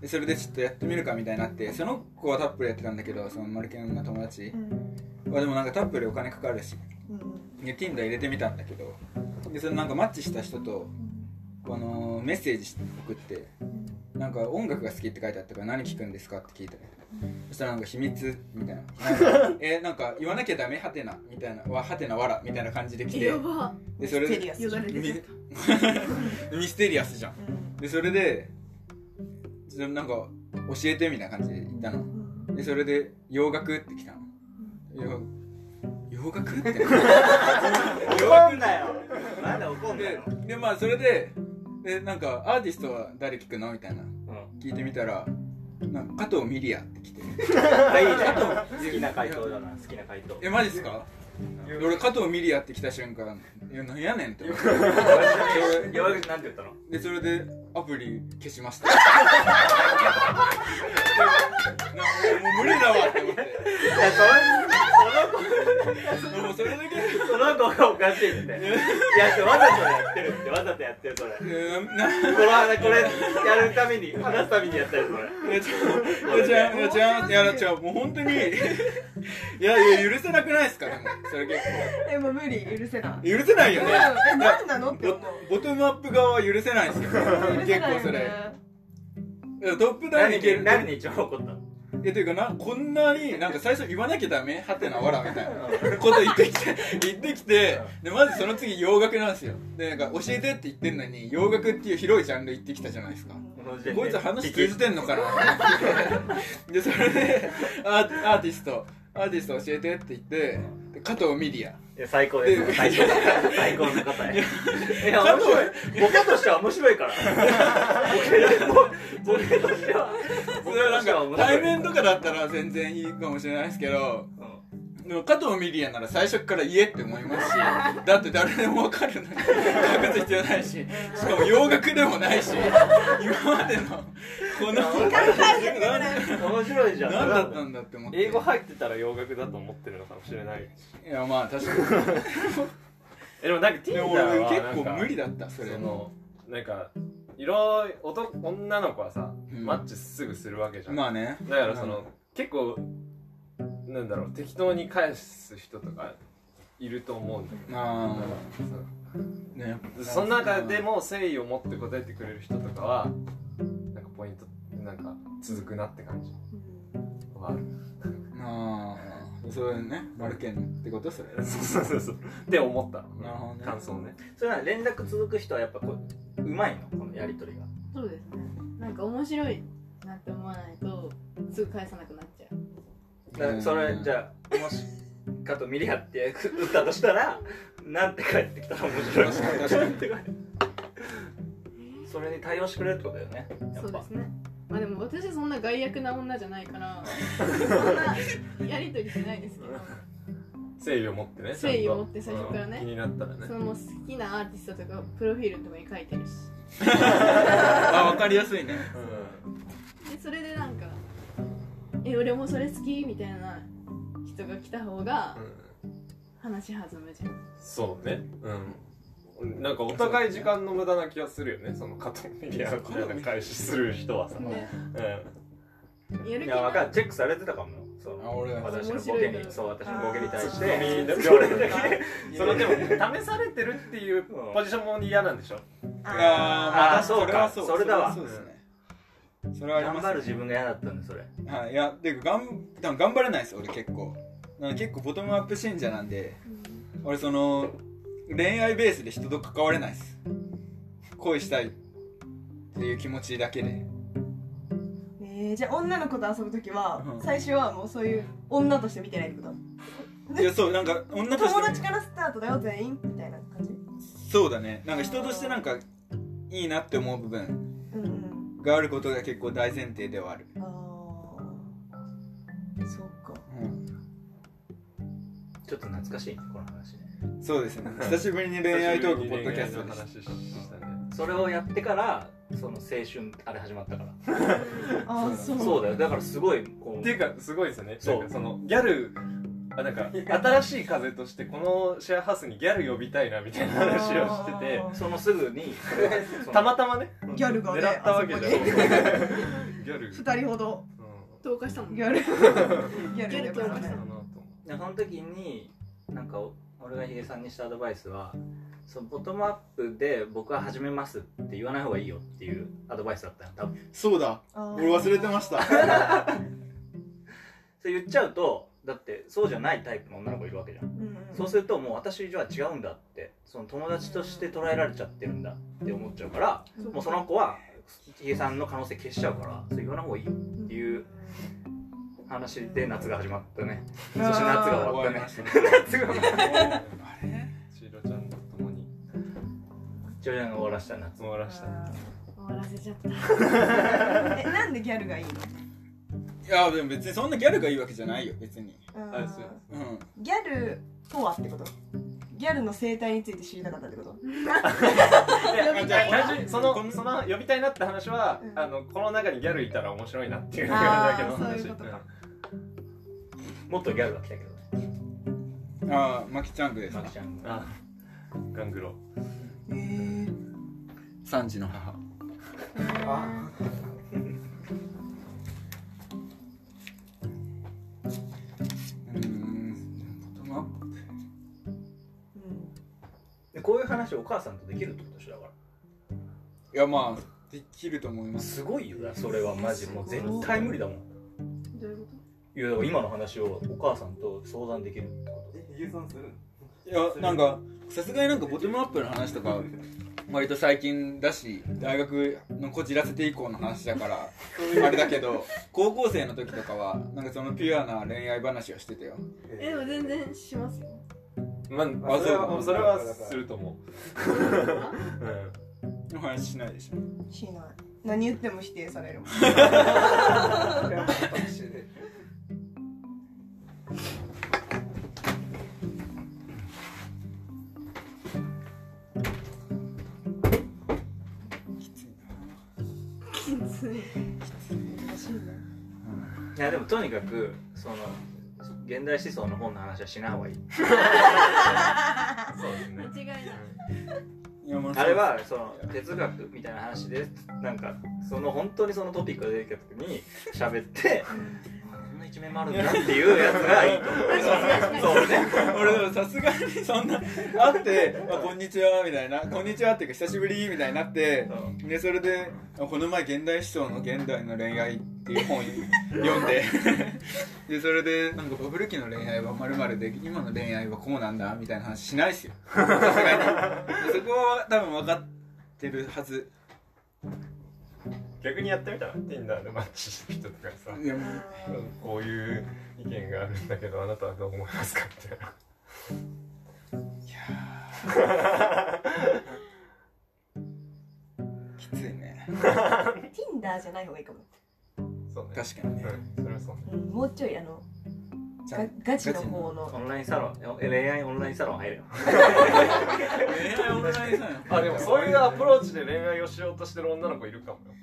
[SPEAKER 1] でそれでちょっとやってみるかみたいになってその子はタップルやってたんだけどそのマルケンの友達
[SPEAKER 4] うん
[SPEAKER 1] はでもなんかタップルお金かかるし
[SPEAKER 4] うん
[SPEAKER 1] で Tinder 入れてみたんだけどでそれなんかマッチした人とこのメッセージ送ってなんか音楽が好きって書いてあったから何聞くんですかって聞いたのそしたらなんか秘密みたい ななんかえなんか言わなきゃダメハテナみたいなわハテナわらみたいな感じで来て
[SPEAKER 3] やば
[SPEAKER 1] でそれ
[SPEAKER 4] テ
[SPEAKER 1] で
[SPEAKER 4] リアス
[SPEAKER 3] よだれ出
[SPEAKER 1] ミ
[SPEAKER 3] て
[SPEAKER 1] ミステリアスじゃん
[SPEAKER 4] うん
[SPEAKER 1] でそれでちょなんか教えてみたいな感じで言ったのでそれで洋楽って来たの洋洋楽って
[SPEAKER 6] 怒んなよなんで怒んな
[SPEAKER 1] で
[SPEAKER 6] よ
[SPEAKER 1] でまあそれででなんかアーティストは誰聞くのみたいな聞いてみたらなんか加藤ミリアって来て
[SPEAKER 6] いいね好きな回答だな好きな回答
[SPEAKER 1] えマジっすかで俺加藤ミリアって来た瞬間「いやなんやねん」って思って
[SPEAKER 6] 山口なんて言ったの
[SPEAKER 1] でそれでアプリ消しましたなんかもう無理だわって思って
[SPEAKER 6] いやそ
[SPEAKER 1] もうそれだけ
[SPEAKER 6] のその子がおかしいっていやわざとやってるってわざとやってるそれこ
[SPEAKER 1] えーな
[SPEAKER 6] の話これやるために話すためにやったるそれ
[SPEAKER 1] いやちょいや違ういや違ういや違うもう本当にいやいや許せなくないですかでもそれ結
[SPEAKER 4] えもう無理許せない
[SPEAKER 1] 構許せないよ
[SPEAKER 4] うん
[SPEAKER 1] ね
[SPEAKER 4] えなんなのって思う
[SPEAKER 1] ボトムアップ側は許せないですよ
[SPEAKER 4] 許せ
[SPEAKER 1] 結
[SPEAKER 4] ないよ
[SPEAKER 1] 構そ
[SPEAKER 4] ね
[SPEAKER 1] れトップダウン
[SPEAKER 6] 何
[SPEAKER 1] いける
[SPEAKER 6] に何に一番怒ったの
[SPEAKER 1] いやというかなこんなになんか最初言わなきゃダメはてなわらみたいなこと言ってき て言ってきてでまずその次洋楽なんですよでなんか教えてって言ってんのに洋楽っていう広いジャンル言ってきたじゃないですかこいつ話通じてんのかなでそれでアーアーティストアーティスト教えてって言ってで加藤ミリア
[SPEAKER 6] いや最高です最高です最高の答えいや面白いボケとしては面白いからボケボケとしては
[SPEAKER 1] それはなんか対面とかだったら全然いいかもしれないですけどでも加藤ミリアなら最初から言えって思いますしだって誰でも分かるのに隠す必要ないししかも洋楽でもないし今までのこの
[SPEAKER 6] 面白いじゃん
[SPEAKER 1] 何だったんだって思って
[SPEAKER 2] 英語入ってたら洋楽だと思ってるのかもしれない
[SPEAKER 1] いやまあ確かに
[SPEAKER 2] えでもなんか Tinder
[SPEAKER 1] でも
[SPEAKER 2] は
[SPEAKER 1] 俺
[SPEAKER 2] なん
[SPEAKER 1] 結
[SPEAKER 2] か
[SPEAKER 1] 構無理だったそ
[SPEAKER 2] そ
[SPEAKER 1] れ
[SPEAKER 2] のなんか色々男女の子はさ、
[SPEAKER 1] うん
[SPEAKER 2] マッチすぐするわけじゃん、
[SPEAKER 1] まあね
[SPEAKER 2] だからその、結構なんだろう適当に返す人とかいると思うんだけ
[SPEAKER 1] ま
[SPEAKER 2] ど、
[SPEAKER 1] あね
[SPEAKER 2] その中でも誠意を持って答えてくれる人とかはなんかポイントなんか続くなって感じはある
[SPEAKER 1] まあそういうねマルケンってことそれ
[SPEAKER 2] そうそうそうそうって思った
[SPEAKER 1] なるほどね
[SPEAKER 2] 感想ね
[SPEAKER 6] それなら連絡続く人はやっぱこううまいのこのやり取りが
[SPEAKER 3] そうですねなんか面白いなって思わないとすぐ返さなくなっちゃう
[SPEAKER 6] だからそれじゃあもしかとミリアって打ったとしたらなんて返ってきたら面白い
[SPEAKER 1] 確かに確かに
[SPEAKER 6] なんて返ってそれに対応してくれるってことだよねや
[SPEAKER 3] そ
[SPEAKER 6] っ
[SPEAKER 3] う
[SPEAKER 6] ぱ
[SPEAKER 3] ですねまあでも私はそんな害悪な女じゃないからそんなやりとりしないですけ ど
[SPEAKER 2] 誠意を持ってね
[SPEAKER 3] 誠意を持って
[SPEAKER 2] ちゃんと
[SPEAKER 3] 最初からね
[SPEAKER 2] うん気になったらね
[SPEAKER 3] そのもう好きなアーティストとかプロフィールのとかに書いてるし
[SPEAKER 1] あ分かりやすいね
[SPEAKER 3] でそれでなんか「え俺もそれ好き」みたいな人が来た方が
[SPEAKER 2] うん、うん
[SPEAKER 3] 話弾むじゃん
[SPEAKER 2] そうねうんなんかお互い時間の無駄な気がするよねその加藤ミリアみたいな開始する人はさ、うん、
[SPEAKER 3] ねやる
[SPEAKER 6] い
[SPEAKER 3] 気
[SPEAKER 6] や分かる
[SPEAKER 3] な
[SPEAKER 6] チェックされてたかもよそ
[SPEAKER 1] あ
[SPEAKER 6] の
[SPEAKER 1] 俺
[SPEAKER 6] 私のボ
[SPEAKER 3] 面
[SPEAKER 6] ケ
[SPEAKER 3] 白いか
[SPEAKER 6] に
[SPEAKER 3] ら
[SPEAKER 6] そう私のボケに対して
[SPEAKER 2] あー
[SPEAKER 6] それだけ
[SPEAKER 2] それでも試されてるっていうポジションも嫌なんでしょ
[SPEAKER 1] あーま
[SPEAKER 6] あーそうか
[SPEAKER 1] れは
[SPEAKER 6] それだわ
[SPEAKER 1] それはそうですねそれはあり
[SPEAKER 6] 頑
[SPEAKER 1] ます
[SPEAKER 6] 張る自分が嫌だったんでそれ
[SPEAKER 1] はい、いやていうかがん多分頑張れないです俺結構なんか結構ボトムアップ信者なんで俺その恋愛ベースで人と関われないです恋したいっていう気持ちだけで
[SPEAKER 4] えーじゃあ女の子と遊ぶ時は
[SPEAKER 1] うん
[SPEAKER 4] 最初はもうそういう女として見てないってこと
[SPEAKER 1] いやそうなんか女として
[SPEAKER 4] 友達からスタートだよ全員みたいな感じ
[SPEAKER 1] そうだねなんか人としてなんかいいなって思う部分
[SPEAKER 4] うんうん
[SPEAKER 1] があることが結構大前提ではある、
[SPEAKER 4] あーそっか
[SPEAKER 1] うん、
[SPEAKER 6] ちょっと懐かしいねこの話ね
[SPEAKER 1] そうですね 久しぶりに恋愛トークポッドキャスト
[SPEAKER 2] の
[SPEAKER 1] でした
[SPEAKER 2] 話したね
[SPEAKER 6] それをやってからその青春あれ始まったから
[SPEAKER 4] あーそう
[SPEAKER 6] そうだよだからすごいこ
[SPEAKER 2] っ
[SPEAKER 6] う
[SPEAKER 2] ていうかすごいですよね
[SPEAKER 6] そう
[SPEAKER 2] なんかそのギャルあなんか新しい風としてこのシェアハウスにギャル呼びたいなみたいな話をしてて
[SPEAKER 4] あー
[SPEAKER 6] そのすぐにその
[SPEAKER 2] たまたまね
[SPEAKER 4] ギャルがね
[SPEAKER 2] 狙ったわけじゃん
[SPEAKER 4] あそこに
[SPEAKER 2] そうそうギャル、うん、
[SPEAKER 4] 二人ほど
[SPEAKER 3] 投下したもん
[SPEAKER 4] ギャルギャルで
[SPEAKER 3] ギャル
[SPEAKER 2] だなと
[SPEAKER 4] ね
[SPEAKER 2] 思
[SPEAKER 6] でその時になんか俺がヒゲさんにしたアドバイスはそのボトムアップで僕は始めますって言わない方がいいよっていうアドバイスだったの多分
[SPEAKER 1] そうだ俺忘れてました
[SPEAKER 6] それ言っちゃうとだってそうじゃないタイプの女の子いるわけじゃ
[SPEAKER 4] う
[SPEAKER 6] ん
[SPEAKER 4] んうん
[SPEAKER 6] そうするともう私じゃあ違うんだってその友達として捉えられちゃってるんだって思っちゃうからもうその子はヒゲさんの可能性消しちゃうからそれ言わない方がいいよっていう話で夏が始まったね そして夏が終わったね夏が終わったね
[SPEAKER 2] 千尋ちゃんと共に
[SPEAKER 6] 徐々に終わらした夏
[SPEAKER 2] 終わらした
[SPEAKER 3] 終わらせちゃった
[SPEAKER 4] えなんでギャルがいいの
[SPEAKER 1] いやでも別にそんなギャルがいいわけじゃないよ別に
[SPEAKER 2] あそう
[SPEAKER 1] うん
[SPEAKER 4] ギャルとはってことギャルの生態について知りたかったってこと
[SPEAKER 2] で単純にそ
[SPEAKER 1] こん
[SPEAKER 2] のその呼びたいなって話は、
[SPEAKER 4] うん
[SPEAKER 2] あのこの中にギャルいたら面白いなっていう
[SPEAKER 4] あー
[SPEAKER 2] だけの話
[SPEAKER 4] そういうことか
[SPEAKER 6] もっとギャルが来たけどね
[SPEAKER 1] ああマキチャングです
[SPEAKER 6] マ
[SPEAKER 1] か
[SPEAKER 6] キちゃんが
[SPEAKER 2] あガングロ
[SPEAKER 1] 三児の母うーんボトムアップ
[SPEAKER 6] でこういう話をお母さんとできるってことでしょだか
[SPEAKER 1] いやまあできると思いま
[SPEAKER 6] ら
[SPEAKER 1] す
[SPEAKER 6] すごいよなそれはマジもう絶対無理だもん
[SPEAKER 3] どういうこ
[SPEAKER 6] いやだから今の話をお母さんと相談できるってこ
[SPEAKER 9] え、ヒゲさんする
[SPEAKER 1] いやなんかさすがになんかボトムアップの話とか割と最近だし大学のこじらせて以降の話だからあれだけど高校生の時とかはなんかそのピュアな恋愛話をしてたよ
[SPEAKER 3] とえでも全然しますよ
[SPEAKER 2] まあ、
[SPEAKER 1] あ
[SPEAKER 2] それは
[SPEAKER 9] そ
[SPEAKER 2] そうれ
[SPEAKER 9] か
[SPEAKER 2] はすると思う、うん、
[SPEAKER 1] お話ししないでしょ
[SPEAKER 4] しない何言っても否定されるもん
[SPEAKER 6] といやでもとにかくその現代思想の本の話はしない方がいい
[SPEAKER 2] そうですね
[SPEAKER 3] 間違いない
[SPEAKER 1] いやもう
[SPEAKER 6] あれはその哲学みたいな話でなんかその本当にそのトピックが出てきた時に喋ってあこんな一面もあるんだっていうやつがいいと思うそうね
[SPEAKER 1] 俺でもさすがにそんな会って「あこんにちは」みたいな「こんにちは」っていうか久しぶりみたいになってでそれであこの前現代思想の現代の恋愛っていう本読んで でそれでなんかバブル期の恋愛はまるまるで今の恋愛はこうなんだみたいな話しないっすよさすがにでそこは多分分かってるはず
[SPEAKER 2] 逆にやってみたら Tinder でマッチした人とかさ
[SPEAKER 1] でも
[SPEAKER 2] こういう意見があるんだけどあなたはどう思いますかみたいな
[SPEAKER 1] きついね
[SPEAKER 4] Tinder じゃない方がいいかも、
[SPEAKER 2] そうね
[SPEAKER 1] 確かにね
[SPEAKER 2] うん、それはそうね
[SPEAKER 4] うん、もうちょいあの
[SPEAKER 1] じゃあ
[SPEAKER 4] ガガチの方
[SPEAKER 6] オ
[SPEAKER 4] の
[SPEAKER 6] ンラインサロンえ恋愛オンラインサロン入るよ
[SPEAKER 1] 恋愛オンラインさん
[SPEAKER 2] あでもそういうアプローチで恋愛をしようとしてる女の子いるかもよ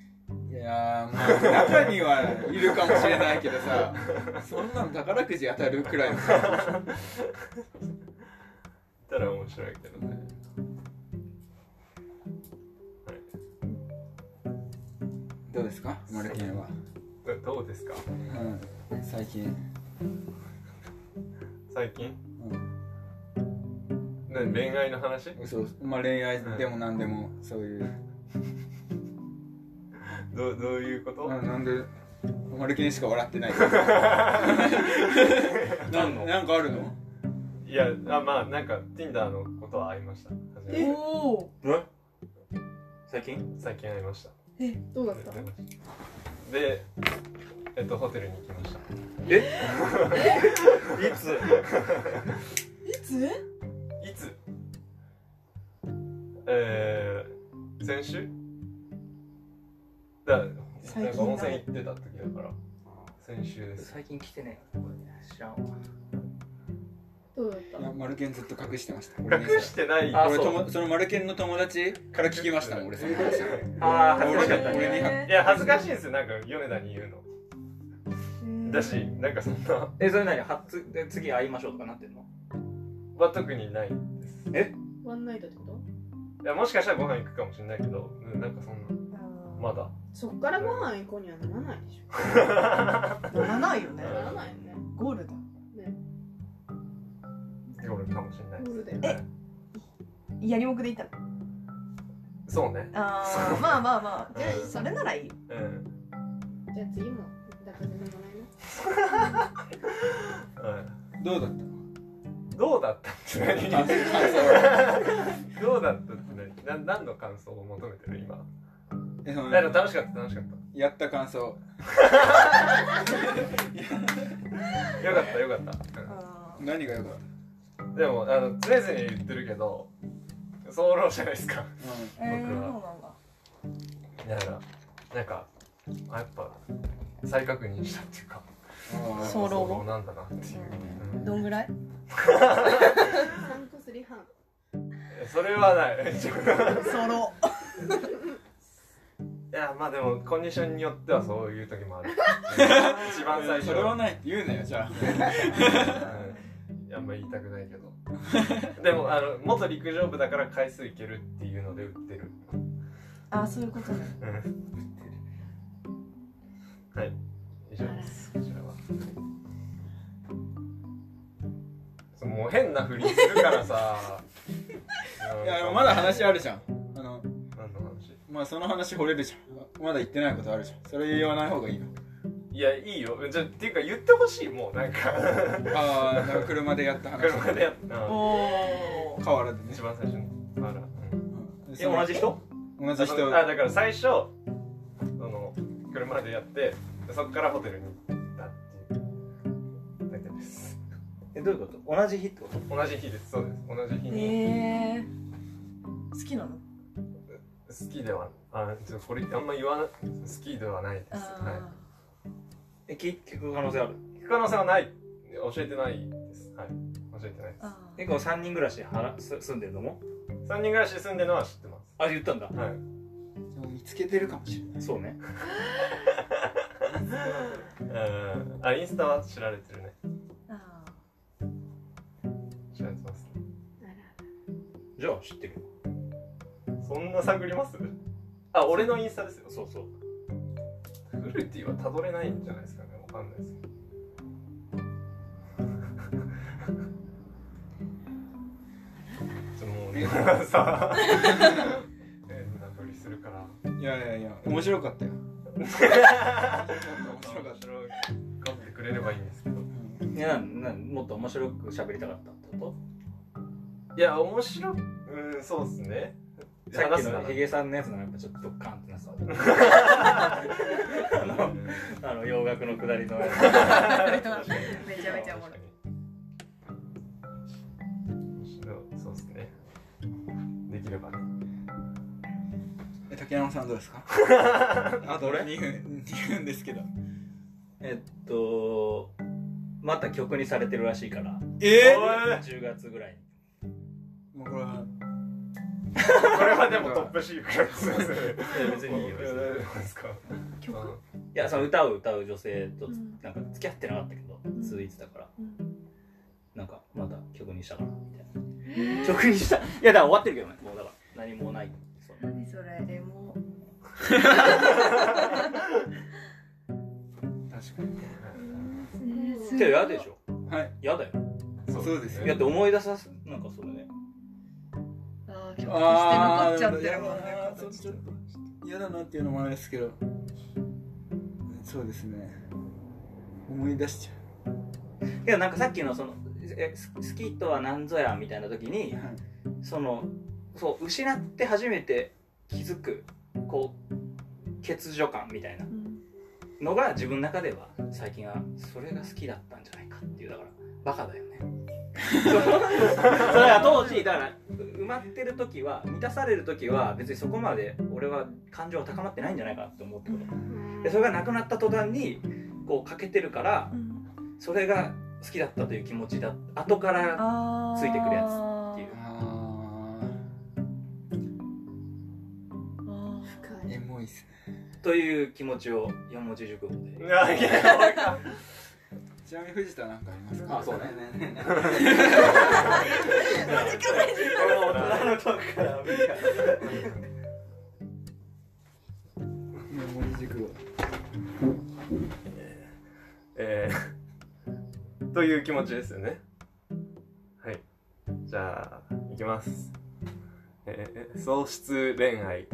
[SPEAKER 1] いやーまあ中にはいるかもしれないけどさそんなの宝くじ当たるくらいのさ
[SPEAKER 2] いたら面白いけどねはい
[SPEAKER 1] どうですかマルキンは、
[SPEAKER 2] どどうですか
[SPEAKER 1] うん、最近
[SPEAKER 2] 最近、ね恋愛の話
[SPEAKER 1] そうまあ恋愛でも何でもそういう、
[SPEAKER 2] どうどういうこと、
[SPEAKER 1] あなんでマルキンしか笑ってないなん
[SPEAKER 6] の
[SPEAKER 1] なんかあるの
[SPEAKER 2] いやあまあなんか Tinder のことは会いました初めて
[SPEAKER 4] おお
[SPEAKER 6] 最近
[SPEAKER 2] 最近会いました
[SPEAKER 3] どうだった
[SPEAKER 2] でえっとホテルに行きました
[SPEAKER 6] いつ
[SPEAKER 4] いつ
[SPEAKER 2] いつえー、先週だな
[SPEAKER 4] 最近だ
[SPEAKER 2] んか温泉行ってた時だから先週です
[SPEAKER 6] 最近来てね知らんわ
[SPEAKER 3] どうだった
[SPEAKER 1] いやマルケンずっと隠してました俺ね
[SPEAKER 2] 隠してない
[SPEAKER 6] あ
[SPEAKER 1] 俺
[SPEAKER 6] そう
[SPEAKER 1] ともそのマルケンの友達から聞きましたもん俺その話
[SPEAKER 6] ああ
[SPEAKER 1] 俺
[SPEAKER 6] 恥ずかしかった
[SPEAKER 1] 俺に
[SPEAKER 2] いや恥ずかしいんですよなんか米田に言うの
[SPEAKER 4] え
[SPEAKER 2] だしなんかそんな
[SPEAKER 6] えそれ何初で次会いましょうとかなってんの
[SPEAKER 2] は特にないです
[SPEAKER 3] ワンナイトってこと
[SPEAKER 2] いやもしかしたらご飯行くかもしれないけどうんなんかそんなまだ
[SPEAKER 3] そっからご飯行こうにはならないでしょ
[SPEAKER 4] ならないよね
[SPEAKER 3] ならないよね
[SPEAKER 4] ゴールだ
[SPEAKER 3] ね
[SPEAKER 2] 夜かもしれない
[SPEAKER 3] ゴ
[SPEAKER 2] で
[SPEAKER 3] ールだ
[SPEAKER 2] す
[SPEAKER 3] よ
[SPEAKER 2] ね
[SPEAKER 4] やりもくでいったの
[SPEAKER 2] そうね
[SPEAKER 4] あーまあまあまあじゃあそれならいい
[SPEAKER 2] うん
[SPEAKER 3] じゃあ次もだからでもないな
[SPEAKER 2] うん
[SPEAKER 1] どうだったの
[SPEAKER 2] どうだったって何
[SPEAKER 1] 感想
[SPEAKER 2] どうだったって何な何の感想を求めてる今
[SPEAKER 1] えその
[SPEAKER 2] だから楽しかった楽しかっ
[SPEAKER 1] やった感想
[SPEAKER 2] たよかったよかった、うん
[SPEAKER 4] あ
[SPEAKER 1] 何が良かった
[SPEAKER 2] でもあの常々言ってるけど早漏じゃないですか
[SPEAKER 4] ーえー
[SPEAKER 2] 僕は
[SPEAKER 4] そうなんだ
[SPEAKER 2] だからなんかあやっぱ再確認したっていうか
[SPEAKER 1] うんあー
[SPEAKER 4] 早漏
[SPEAKER 2] 漏なんだなっていう、うん
[SPEAKER 4] どんぐらい
[SPEAKER 3] 3個すり半
[SPEAKER 2] えそれはないい
[SPEAKER 4] ソロ
[SPEAKER 2] やまあでもコンディションによってはそういう時もある一番最初
[SPEAKER 1] それはないって言うなよ じゃ
[SPEAKER 2] うんあんま言いたくないけどでもあの元陸上部だから回数いけるっていうので売ってる
[SPEAKER 4] あーそういうことね
[SPEAKER 2] はい以上ですこちらはそうもう変なふりするからさ
[SPEAKER 1] あ
[SPEAKER 2] うん
[SPEAKER 1] いやまだ話あるじゃんあの
[SPEAKER 2] 何の話
[SPEAKER 1] まあその話掘れるじゃんまだ言ってないことあるじゃんそれ言わない方がいいの
[SPEAKER 2] いやいいよじゃっていうか言ってほしいもうなんか
[SPEAKER 1] ああ車でやった話
[SPEAKER 2] 車でやった
[SPEAKER 4] おお
[SPEAKER 1] 河原でね
[SPEAKER 2] 一番最初のあら、うん
[SPEAKER 1] うん
[SPEAKER 6] え同じ人
[SPEAKER 1] 同じ人
[SPEAKER 2] あだから最初その車でやってそこからホテルに行ったっていうだけです
[SPEAKER 6] えどういうこと同じ日ってこと
[SPEAKER 2] 同じ日ですそうです同じ日
[SPEAKER 4] え
[SPEAKER 2] に
[SPEAKER 4] えー好きなの
[SPEAKER 2] 好きではあちょっとこれあんま言わな好きではないです、は
[SPEAKER 4] あ
[SPEAKER 6] え聞聞く可能性ある
[SPEAKER 2] い、聞く可能性はない教えてないですはい教えてないで
[SPEAKER 4] ーあー
[SPEAKER 6] えこう3人暮らしではす住んでるのも
[SPEAKER 2] す3人暮らしで住んでるのは知ってま
[SPEAKER 6] あ言ったんだ
[SPEAKER 2] すはい
[SPEAKER 1] でも見つけてるかもしれない
[SPEAKER 6] そうね
[SPEAKER 2] うんあインスタは知られてるね
[SPEAKER 4] あ
[SPEAKER 2] 知られてます
[SPEAKER 6] じゃあ知ってる
[SPEAKER 2] そんな探りますあ俺のインスタですよ
[SPEAKER 6] そうそう
[SPEAKER 2] フルティはたどれないんじゃないですかねわかんない ですけどちょもうねさ あ変なふりするから
[SPEAKER 1] いやいやいや面白かったよ面白かっ
[SPEAKER 2] 面白がってくれればいいんですけど
[SPEAKER 1] た
[SPEAKER 6] いやななもっと面白く喋りたかったってこ
[SPEAKER 2] いや面白いうんそうですね
[SPEAKER 6] とさっき
[SPEAKER 2] な
[SPEAKER 6] の
[SPEAKER 2] ら
[SPEAKER 6] ヒゲさんのやつのやっぱちょっとドッカンってなって たあの洋楽のくだりのやつ
[SPEAKER 4] ーめちゃめちゃおもろい
[SPEAKER 2] 面白いそうですねできればね
[SPEAKER 1] え竹山さんどうですか あと俺2分2分ですけど
[SPEAKER 6] えっとまた曲にされてるらしいから
[SPEAKER 1] え
[SPEAKER 6] 10月ぐらいに
[SPEAKER 1] もうこれは
[SPEAKER 2] これはでもトップシークレット
[SPEAKER 6] いや別にいいよ
[SPEAKER 2] いや大丈夫ですか
[SPEAKER 4] 曲
[SPEAKER 2] うん
[SPEAKER 6] いやその歌を歌う女性とつ
[SPEAKER 4] うん
[SPEAKER 6] なんか付き合ってなかったけど、
[SPEAKER 4] ん
[SPEAKER 6] 続いてたから
[SPEAKER 4] うん
[SPEAKER 6] なんかまた曲にしたからみたい な曲にしたいやだから終わってるけどねもうだから何もないそう
[SPEAKER 4] 何それエモ
[SPEAKER 1] 確かに
[SPEAKER 6] けど嫌でしょ
[SPEAKER 1] はい
[SPEAKER 6] 嫌だよ
[SPEAKER 1] そうです
[SPEAKER 6] いや
[SPEAKER 1] よ
[SPEAKER 6] って思い出さすなんかそれね
[SPEAKER 4] あー曲として残っちゃってるもんね
[SPEAKER 1] あーそうちょっと嫌だなっていうのもあれですけどそうですね思い出しちゃ
[SPEAKER 6] いやなんかさっきのそのえす好きとは何ぞやみたいな時に
[SPEAKER 1] う、はい
[SPEAKER 6] そのそう失って初めて気づくこう欠如感みたいなのが自分の中では最近はそれが好きだったんじゃないかっていうだからバカだよねそれは当時だから埋まってる時は満たされる時は別にそこまで俺は感情が高まってないんじゃないかなって思ってことでそれがなくなった途端にこう欠けてるから
[SPEAKER 4] うん
[SPEAKER 6] それが好きだったという気持ちだ後から
[SPEAKER 4] あー
[SPEAKER 6] ついてくるやつっていう
[SPEAKER 1] あ
[SPEAKER 4] あ
[SPEAKER 1] ーエモいっすね
[SPEAKER 6] という気持ちを四文字熟語で
[SPEAKER 2] いやいや
[SPEAKER 1] ちなみに藤田なんかありますか
[SPEAKER 10] あそうね
[SPEAKER 6] もう大人のトークから無理か
[SPEAKER 1] ね森塾
[SPEAKER 2] えー、という気持ちですよねはいじゃあいきます、えー、喪失恋愛